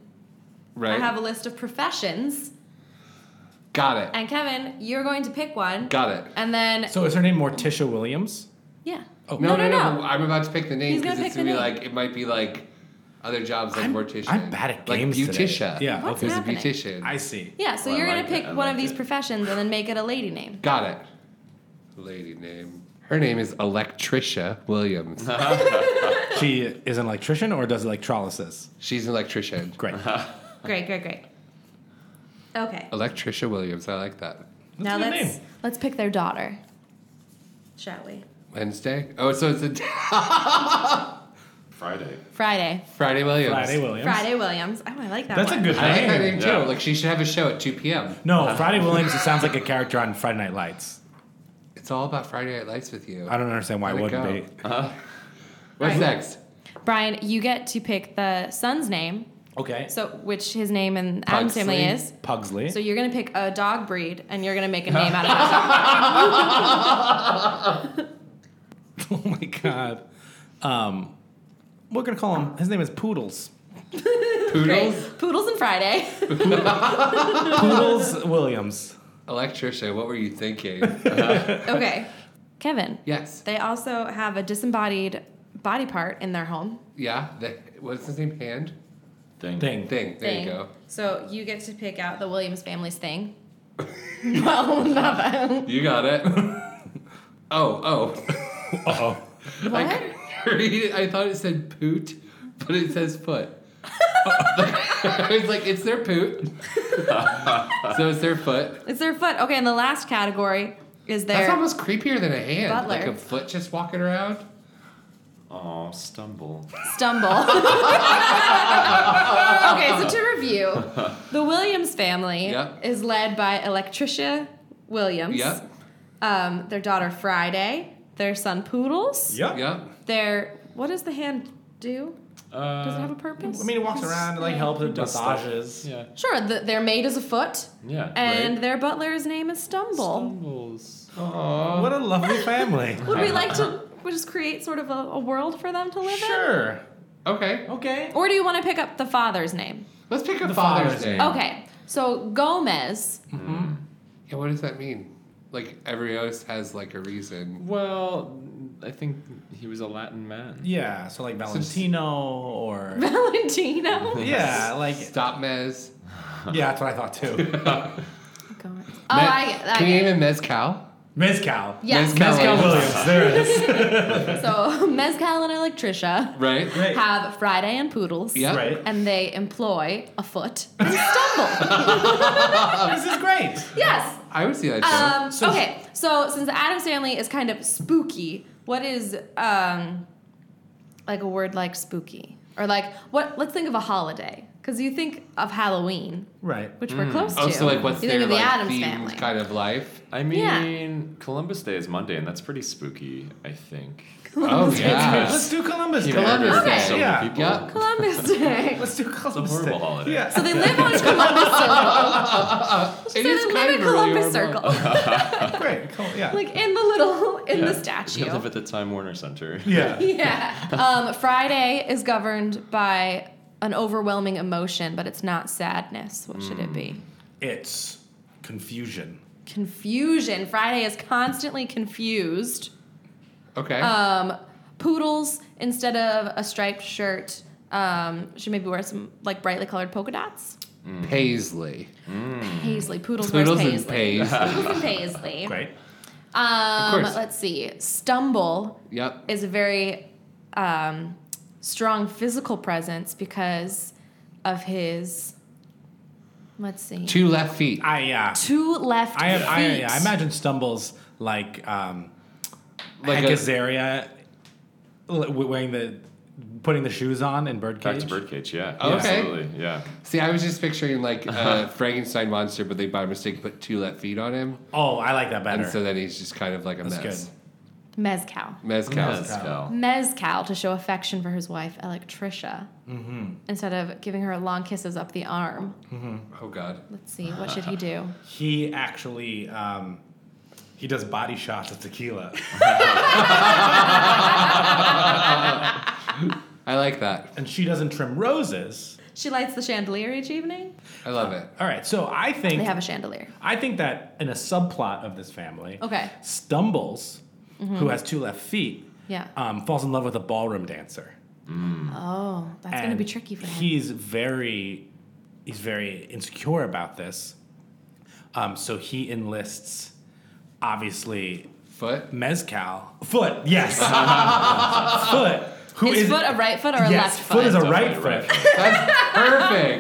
I have a list of professions. Got And Kevin, you're going to pick one. Got it. And then So is her name Morticia Williams? yeah. Oh. No, no, No, no, no, but I'm about to pick the name He's gonna because it's pick gonna be the name. like it might be like other jobs like mortician. I'm bad at like games today. beautician. Yeah, What's There's a happening? beautician. Oh, I see. Yeah, so you're going to pick one of these professions and then make it a lady name. Got it. Lady name. Her name is Electricia Williams. she is an electrician or does electrolysis? She's an electrician. Great. Great, great, great. Okay. Electricia Williams. I like that. now Oh, a good let's let's pick their daughter. Shall we? Wednesday. Oh, so it's a Friday. Friday. Friday Williams. Friday Williams. Friday Williams. Oh, I like that That's a one. good I like that name. name too. Yeah. Like she should have a show at 2 p.m. No, Friday Williams. It sounds like a character on Friday Night Lights. It's all about Friday Night Lights with you. I don't understand why it Let it wouldn't go. be. What's Right. next? Brian, you get to pick the son's name. Okay. So which his name and Adam's family is. Pugsley. So you're gonna pick a dog breed and you're gonna make a name out of it. oh my god. Um, we're gonna call him. His name is Poodles. Poodles. Poodles and Friday. Poodles Williams. Electricia, what were you thinking? okay. Kevin. Yes. They also have a disembodied body part in their home. yeah. The, what's his name? Hand. Thing. Thing. Thing. There you go. So you get to pick out the Williams family's thing. well, not that. You got it. oh, oh. Uh What? I, read it, I thought it said poot, but it says foot. I was like, it's their poot. so it's their foot. It's their foot. Okay, and the last category is their. That's almost creepier than a hand. Butler. Like a foot just walking around. Oh, stumble. stumble. okay, so to review, yeah. the Williams family Yep. is led by Electricia Williams. Um, their daughter Friday, their son Poodles. Yep. Their what does the hand do? Uh, does it have a purpose? I mean, he walks around and like helps with Does stuff. massages. Yeah. Sure, the, their maid is a foot, Yeah. and their butler's name is Stumble. Stumbles. Aw. What a lovely family. Would we like to just create sort of a, a world for them to live Sure. Okay. Okay. in? Or do you want to pick up the father's name? Let's pick a The father's, father's name. name. Okay, so Gomez. Yeah, what does that mean? Like every host has like a reason. Well, I think he was a Latin man. Yeah, so like Valentino or Valentino. yeah, like Stop Mez. Yeah, that's what I thought too. Oh, I get, I Can you get. name it Mezcal? Mezcal. Yes. Mezcal, Mezcal Williams. There it is. it. So Mezcal and Electricia Right? Right. have Friday and Poodles. Yeah. Right. And they employ a foot and stumble. this is great. Yes. I would see that show. Um, okay, so since Adam's family is kind of spooky, what is um, like a word like spooky or like what? Let's think of a holiday because you think of Halloween, Right. which we're close Oh, to. so like what's you their think of like the Adams themed family? kind of life? I mean, Yeah. Columbus Day is Monday, and that's pretty spooky. I think. Columbus Day. Oh, yeah. Let's do Columbus You Day. know, Columbus there's Day. So many Yeah. people. Yeah. Columbus Day. Let's do It's Columbus a horrible holiday. Yeah. So they live on Columbus Circle. It so is they kind live in of a really Columbus remote- Circle, Great. Cool. Yeah. like in the little in Yeah. the statue. They live at the Time Warner Center. Yeah. yeah. Um, Friday is governed by an overwhelming emotion, but it's not sadness. What should Mm. it be? It's confusion. Confusion. Friday is constantly confused. Okay. Um, poodles, instead of a striped shirt, um, should maybe wear some like brightly colored polka dots. Paisley. Paisley. Poodles, Poodles wears and paisley. paisley. Poodles and paisley. Great. Um, course. let's see. Stumble Yep. is a very um, strong physical presence because of his. Let's see. Two left feet. I yeah. Two left I have. feet. I, yeah, I imagine stumbles like um, Like like a- Hecazaria l- wearing the putting the shoes on in birdcage. Oh, Back to Birdcage. Yeah. Okay. Absolutely. Yeah. See, I was just picturing like a Frankenstein monster, but they by mistake put two left feet on him, Oh, I like that better. and so then he's just kind of like a That's mess. Mezcal. Mezcal. Mezcal. Mezcal to show affection for his wife, Electricia, Mm-hmm. instead of giving her long kisses up the arm. Oh God. Let's see. What should he do? He actually um, he does body shots of tequila. I like that. and she doesn't trim roses. She lights the chandelier each evening. I love it. All right, so I think They have a chandelier. I think that in a subplot of this family, Okay. Mm-hmm. Stumbles, who has two left feet, Yeah. um, falls in love with a ballroom dancer. Oh, that's going to be And tricky for him. He's very, he's very insecure about this. Um, so he enlists, obviously, Foot. Mezcal Foot. Yes, Foot. Who Is is- foot a right foot or a yes, left foot? Foot is a right Definitely foot. That's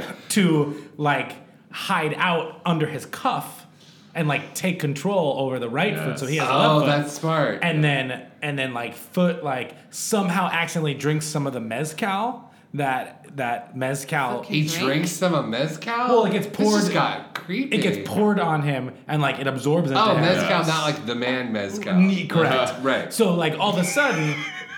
perfect. to like hide out under his cuff and like take control over the right foot. So he has a left Oh, foot. that's smart. and then and then like foot like somehow accidentally drinks some of the mezcal that that mezcal he drinks some of mezcal. Well, it gets This poured- just got creepy. it gets poured on him and like it absorbs into Oh, him. mezcal, not like the man mezcal. Uh-huh. Ne- correct. right. So like all of a sudden,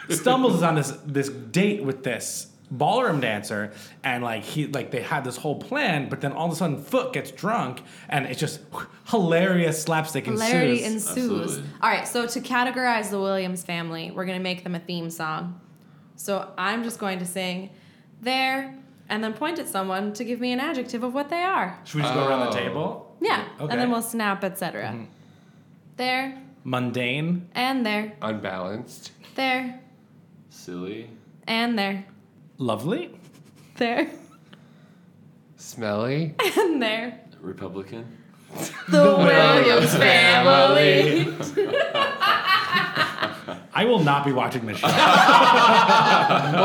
stumbles is on this this date with this ballroom dancer, and like he like they had this whole plan, but then all of a sudden Foot gets drunk, and it's just hilarious slapstick Hilarity ensues. ensues. Absolutely. All right, so to categorize the Williams family, we're going to make them a theme song. So I'm just going to sing there and then point at someone to give me an adjective of what they are. Should we just go around the table? Yeah, Okay. Mm-hmm. and then we'll snap, etc. There Mundane, and there, Unbalanced. there Silly. and there, lovely, there Smelly. and there. Republican. The Williams family. I will not be watching this show. well,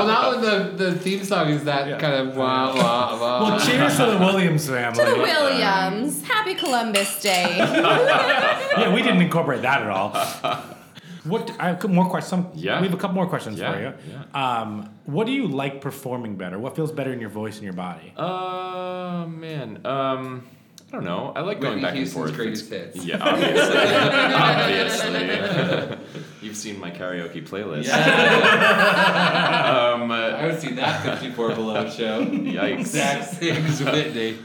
not when the, the theme song is that kind of wah, wah, wah. well, cheers to the Williams To the family. Williams. Happy Columbus Day. yeah, we didn't incorporate that at all. What I have more questions. Yeah. we have a couple more questions Yeah, for you. Um, what do you like performing better? What feels better in your voice and your body? Uh, Oh man. Um, I don't know. I like going Whitney back Houston's and forth. greatest hits. Yeah, obviously. obviously. You've seen my karaoke playlist. um, uh, I would see that 54 Below show. yikes. Zach sings Whitney.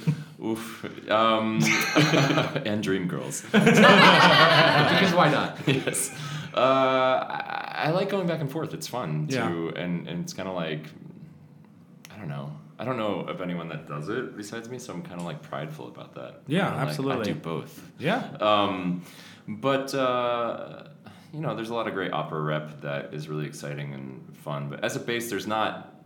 Oof. Um, and Dreamgirls. Because why not? yes. Uh, I, I like going back and forth. It's fun Yeah. too, and and it's kind of like, I don't know. I don't know of anyone that does it besides me, so I'm kind of like prideful about that. Yeah, I'm like, I absolutely. do both. Yeah. Um, But uh, you know, there's a lot of great opera rep that is really exciting and fun. But as a bass, there's not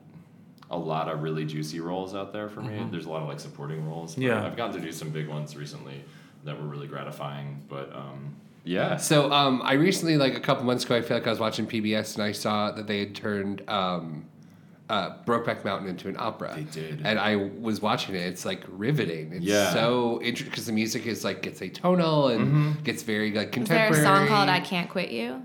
a lot of really juicy roles out there for me. Mhm. There's a lot of like supporting roles. but Yeah. I've gotten to do some big ones recently that were really gratifying. But um, yeah, So um, I recently, like a couple months ago, I feel like I was watching PBS and I saw that they had turned um, uh, Brokeback Mountain into an opera. They did, and I was watching it. It's like riveting. It's Yeah. so interesting because the music is like gets atonal and Mm-hmm. gets very like Is there contemporary. a song called "I Can't Quit You"?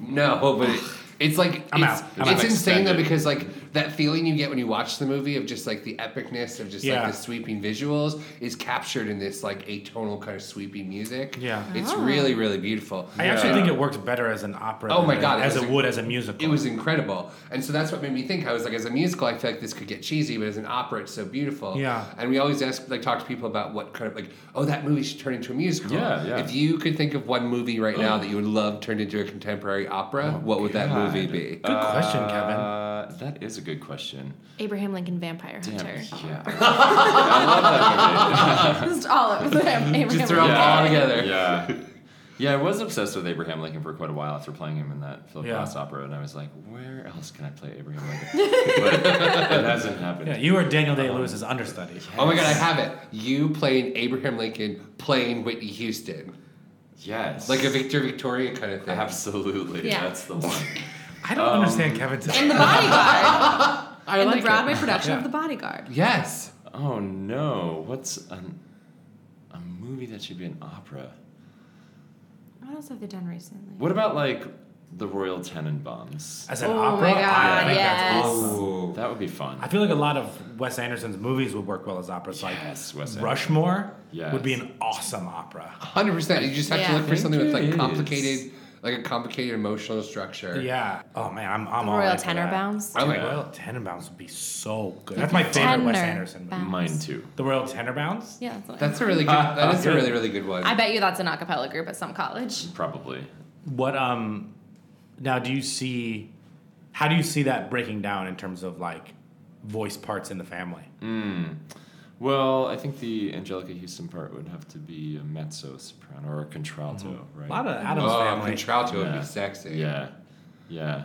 No, but it, it's like I'm it's, out. I'm it's out. insane though Extended. because like that feeling you get when you watch the movie of just like the epicness of just Yeah. like the sweeping visuals is captured in this like atonal kind of sweeping music. Yeah. it's Oh. really really beautiful. I actually think it works better as an opera. Oh than my it- god! as it was would as a musical. It was incredible, and so that's what made me think. I was like, as a musical, I feel like this could get cheesy, but as an opera, it's so beautiful. Yeah. And we always ask, like, talk to people about what kind of like, oh, that movie should turn into a musical. Yeah, yeah. If you could think of one movie right now that you would love turned into a contemporary Oh, opera, what would that movie God. be? Good question, Kevin. that is a good question. Abraham Lincoln Vampire Damn, Hunter. yeah. I love that movie. Just all of them. Abraham Lincoln. together. Yeah. Yeah, I was obsessed with Abraham Lincoln for quite a while after playing him in that Philip Yeah. Glass opera, and I was like, where else can I play Abraham Lincoln? but it hasn't happened. Yeah, you are Daniel Day Lewis's understudy. Oh my god, I have it. You playing Abraham Lincoln, playing Whitney Houston. Yes. Like a Victor Victoria kind of thing. Absolutely. Yeah. That's the one. I don't understand Kevin's. In the Bodyguard. I in like the it. Broadway production Yeah. of The Bodyguard. Yes. Oh no! What's an, a movie that should be an opera? What else have they done recently? What about like the Royal Tenenbaums? As an Oh opera? my God, I think that's yes. awesome. Ooh, that would be fun. I feel like a lot of Wes Anderson's movies would work well as operas. Like Wes Anderson. Rushmore Yes. would be an awesome opera. Hundred percent. You just have Yeah. to look for something with I like think it complicated, like a complicated emotional structure. Yeah. Oh man, I'm I'm The all Royal in for that. Tenenbaums? Oh my Dude, God. Royal Tenenbaums would be so good. That's my favorite Wes Anderson movie. Tenenbaums. Mine too. The Royal Tenenbaums. Yeah, that's, what I That's a know. really good. That is a really really good one. I bet you that's an a cappella group at some college. Probably. What um, now do you see? How do you see that breaking down in terms of like voice parts in the family? Mm. Well, I think the Angelica Houston part would have to be a mezzo soprano or a contralto, right? Lot of Addams Oh, Family. contralto would be sexy. Yeah, yeah.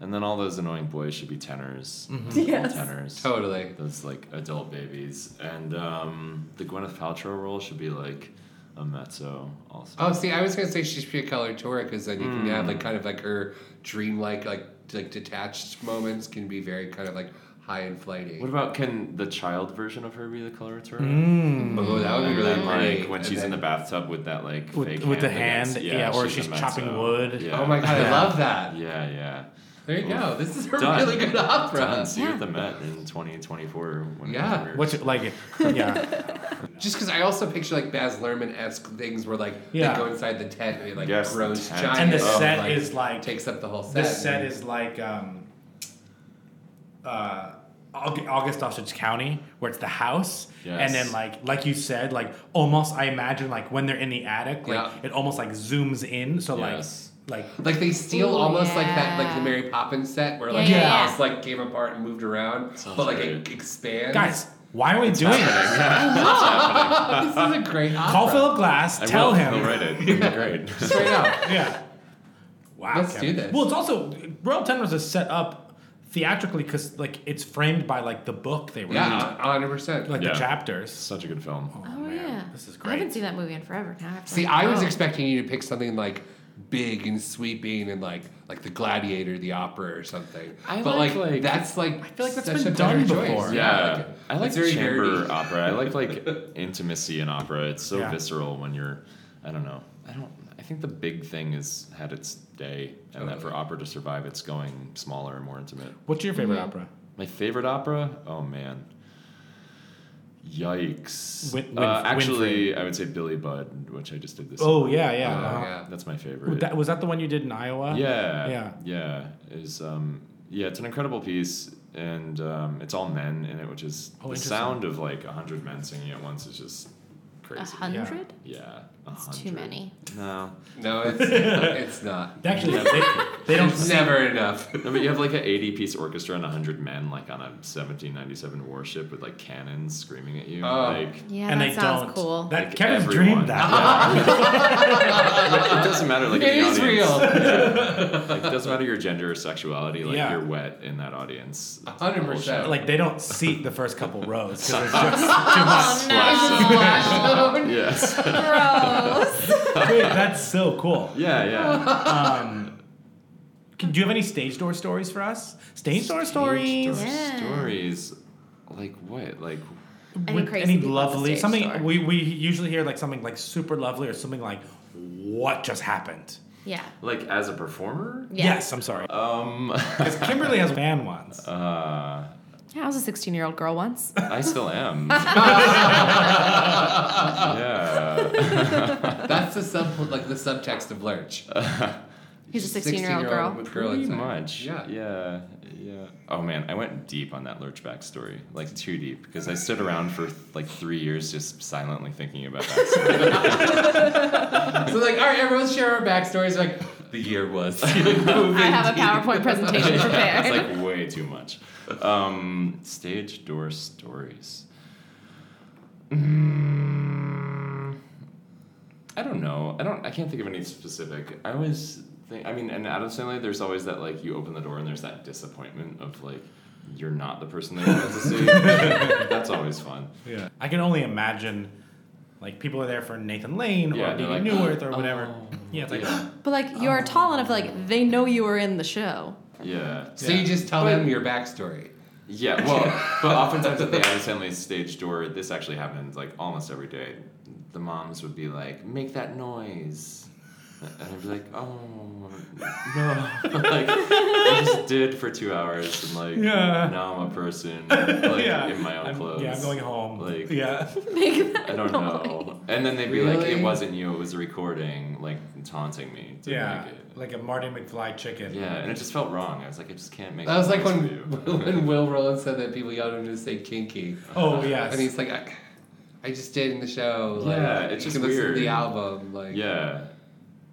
And then all those annoying boys should be tenors. Mhm. Those Yes. Tenors. Totally. Those like adult babies. And um, the Gwyneth Paltrow role should be like a mezzo also. Oh, see, I was gonna say she should be a coloratura because then you can Mm. have Hmm. like kind of like her dreamlike, like like detached moments can be very kind of like high and flighty. What about can the child version of her be the coloratura? Mm. Oh, that would be Hmm. And really then, pretty. like when And she's in the then- bathtub with that like With- fake with the hand, hand, against- yeah, or she's a mezzo. chopping wood. Yeah. Oh my God, I Yeah. love that. Yeah, yeah. There you go. This is a Done. really good opera. Done. See you Yeah. at the Met in 2024. When it Yeah. premieres. What's it like? Yeah. Just because I also picture like Baz Luhrmann esque things where like Yeah. they go inside the tent and it like Yes, the grows tent. giant. And the and, set is like takes up the whole The set. set is like um, uh, Aug- August Osage County, where it's the house, Yes. and then like like you said, like almost I imagine like when they're in the attic, like Yeah. it almost like zooms in, so Yes. like like Like they steal Ooh, almost like that, like yeah. the Mary Poppins set, where Yeah, like yeah, the yeah. house like came apart and moved around, but like it expands. guys, why are we doing this? It's happening. Oh, This is a great uh, Call opera. Philip Glass, I tell will. him. He'll write it. It'll be Great. Straight up. yeah. Wow. Let's Kevin. do this. Well, it's also Royal Tenenbaums is set up theatrically because like it's framed by like the book they were Yeah, hundred percent. like Yeah. the chapters. Such a good film. Oh, yeah. This is I haven't seen that movie in forever now. I have to See, look I it oh. was up. expecting you to pick something like big and sweeping and like like the Gladiator, the opera, or something. I but like, like, like- that's like I feel like that's such been a better done choice. before. Yeah, like, I like it's very chamber dirty. opera. I like like intimacy in opera. It's so Yeah. visceral when you're. I don't know. I don't. I think the big thing is had its day, and that for opera to survive, it's going smaller and more intimate. What's your favorite opera? My favorite opera? Oh man. Yikes. Win- Winf- uh, actually, I would say Billy Budd, which I just did this. Oh, summer. yeah, yeah, Uh, uh-huh. That's my favorite. Was that, was that the one you did in Iowa? Yeah. Yeah. Oh, Yeah. Is um yeah, it's an incredible piece and um, it's all men in it, which is the Oh, interesting. sound of like a hundred men singing at once is just crazy. A hundred? Yeah. a It's too hundred. many. No. No, it's it's not. Actually, they- they don't It's never enough. No, but you have like an 80 piece orchestra and 100 men like on a 1797 warship with like cannons screaming at you. Oh. Like, Yeah, And that they sounds don't. cool. That Like Kevin's everyone. dreamed that. Yeah. doesn't matter. Like It in the is audience. real. Yeah. Like, it doesn't matter your gender or sexuality. Like Yeah. you're wet in that audience. A hundred percent. Like they don't seat the first couple rows. 'cause it's just too Oh, much. no. Splash zone. Yes. Gross. Wait, that's so cool. Yeah, yeah. Um, can, do you have any stage door stories for us? Stage door stories. Stories. Like what? Like Any, lovely something we, we usually hear like something like super lovely or something like what just happened. Yeah. Like as a performer? Yeah. Yes, I'm sorry. Um, because Kimberly has fan ones. Uh, Yeah, I was a 16 year old girl once. I still am. yeah. That's the sub like the subtext of Lurch. He's a 16 year old girl. with girl Pretty inside. Oh, much. Yeah. Yeah. Yeah. Oh man, I went deep on that Lurchback story, like too deep, because I stood around for like three years just silently thinking about that. So like, all right, everyone share our backstories. Like, the year was. I have a PowerPoint presentation Yeah, prepared. it's like way too much. Um, stage door stories. Mm, I don't know. I don't. I can't think of any specific. I always think. I mean, and out of Sandler, there's always that like you open the door and there's that disappointment of like you're not the person they wanted to see. That's always fun. Yeah. I can only imagine like people are there for Nathan Lane Yeah, or they're Didi like, Oh. Newirth or whatever. yeah, it's like But like you're tall enough, like they know you were in the show. Yeah. so you just tell them your backstory. Yeah, well, but oftentimes at the Adam Sandler stage door, this actually happens like almost every day. The moms would be like, "Make that noise," and I'd be like, "Oh no!" like I just did for two hours, and like Yeah. now I'm a person, like Yeah. in my own I'm- clothes. yeah, I'm going home. Like Yeah. I don't know. And then they'd be like, Really? "It wasn't you. It was a recording," like taunting me. To yeah, Make it. like a Marty McFly chicken. Yeah, and it just felt wrong. I was like, I just can't make. That was that like noise when for you. when Will Roland said that people yelled at him to say kinky. Oh, yes. And he's like, I, I just did in the show. Like, Yeah, it's you just can listen weird. to the album. Like, Yeah.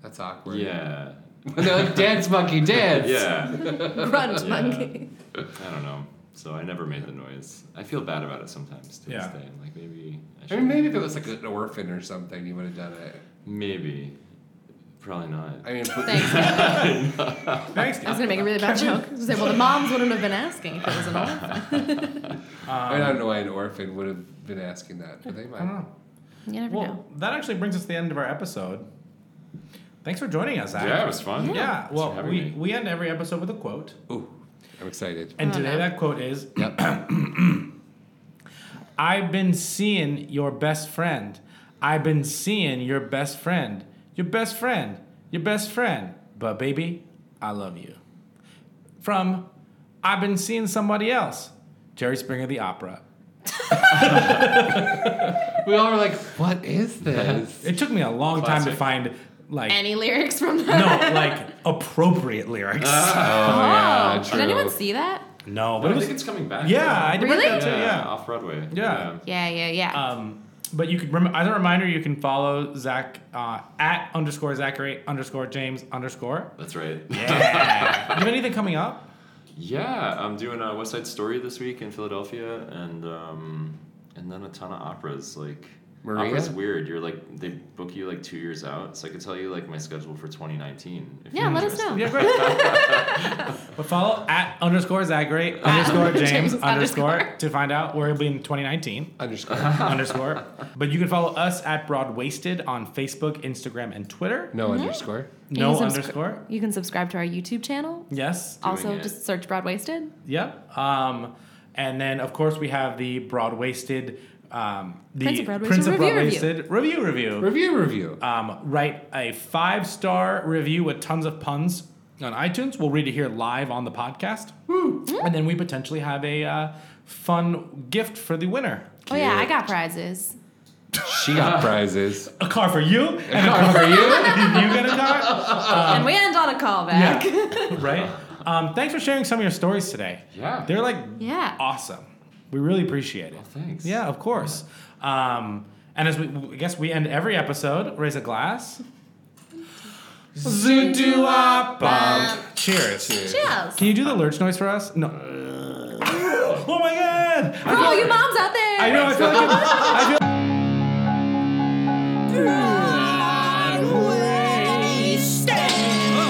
that's awkward. Yeah. When they're like, dance monkey, dance. Yeah. Grunt Yeah. monkey. I don't know. So I never made the noise. I feel bad about it sometimes to Yeah. this day. Like maybe I I should. mean, maybe if it was like an orphan or something, you would have done it. Maybe. Probably not. I mean, Thanks. Thanks. I was gonna make a really bad joke. I was like, well, the moms wouldn't have been asking if it was an orphan. I Um, don't know why an orphan would have been asking that, but they might. I don't know. you never Hmm. well, know. that actually brings us to the end of our episode. Thanks for joining us. Zach. Yeah, it was fun. Yeah. Yeah. Thanks for Well, having we, me. we end every episode with a quote, Oh. Ooh, I'm excited. and Oh, today that quote is, "I've been seeing your best friend. I've been seeing your best friend. Your best friend. Your best friend. But baby, I love you." From, "I've been seeing somebody else." Jerry Springer, the opera. we all were like, "What is this?" it took me a long time to find like Any lyrics from that? no, Oh, like appropriate lyrics. Oh. yeah, Did anyone see that? No, Uh, But but I it was, think it's coming back. Yeah, I did Really? that too. Yeah, Yeah, off Broadway. yeah. Yeah, yeah, yeah. Um, but you could rem- as a reminder, you can follow Zach uh, at underscore Zachary underscore James underscore. That's right. Yeah. Do you have anything coming up? Yeah, I'm doing a West Side Story this week in Philadelphia, and um, and then a ton of operas. Like Maria? opera's weird. You're like they book you like two years out, so I could tell you like my schedule for 2019. If Yeah, you're let us interested. know. Yeah, great. But follow at underscore Zachary underscore James, James underscore to find out where he'll be in 2019. Underscore. Oh. underscore. But you can follow us at Broad Wasted on Facebook, Instagram, and Twitter. No underscore. You No can subscri- underscore. You can subscribe to our YouTube channel. Yes. also, just search Broad Wasted. Yep. Um, and then, of course, we have the Broad Wasted. Um, the Prince of Broad Wasted review Broad-Wasted review review. Review review. Um, write a five star review with tons of puns on iTunes. We'll read it here live on the podcast. And then we potentially have a uh, fun gift for the winner. Oh yeah, I got prizes. She got prizes. A car for you. And a car for you. you get a car. and Um, we end on a callback. right? Um, thanks for sharing some of your stories today. Yeah. They're like Yeah. awesome. We really appreciate it. thanks. Yeah, of course. Um, and as we, I guess we end every episode, raise a glass. Zoodoo-wop-bop. Cheers. Cheers. Can you do the lurch noise for us? No. oh my god! For all you moms out there. I know. I feel like it, I feel. Broad Wasted. Oh.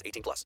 18 plus.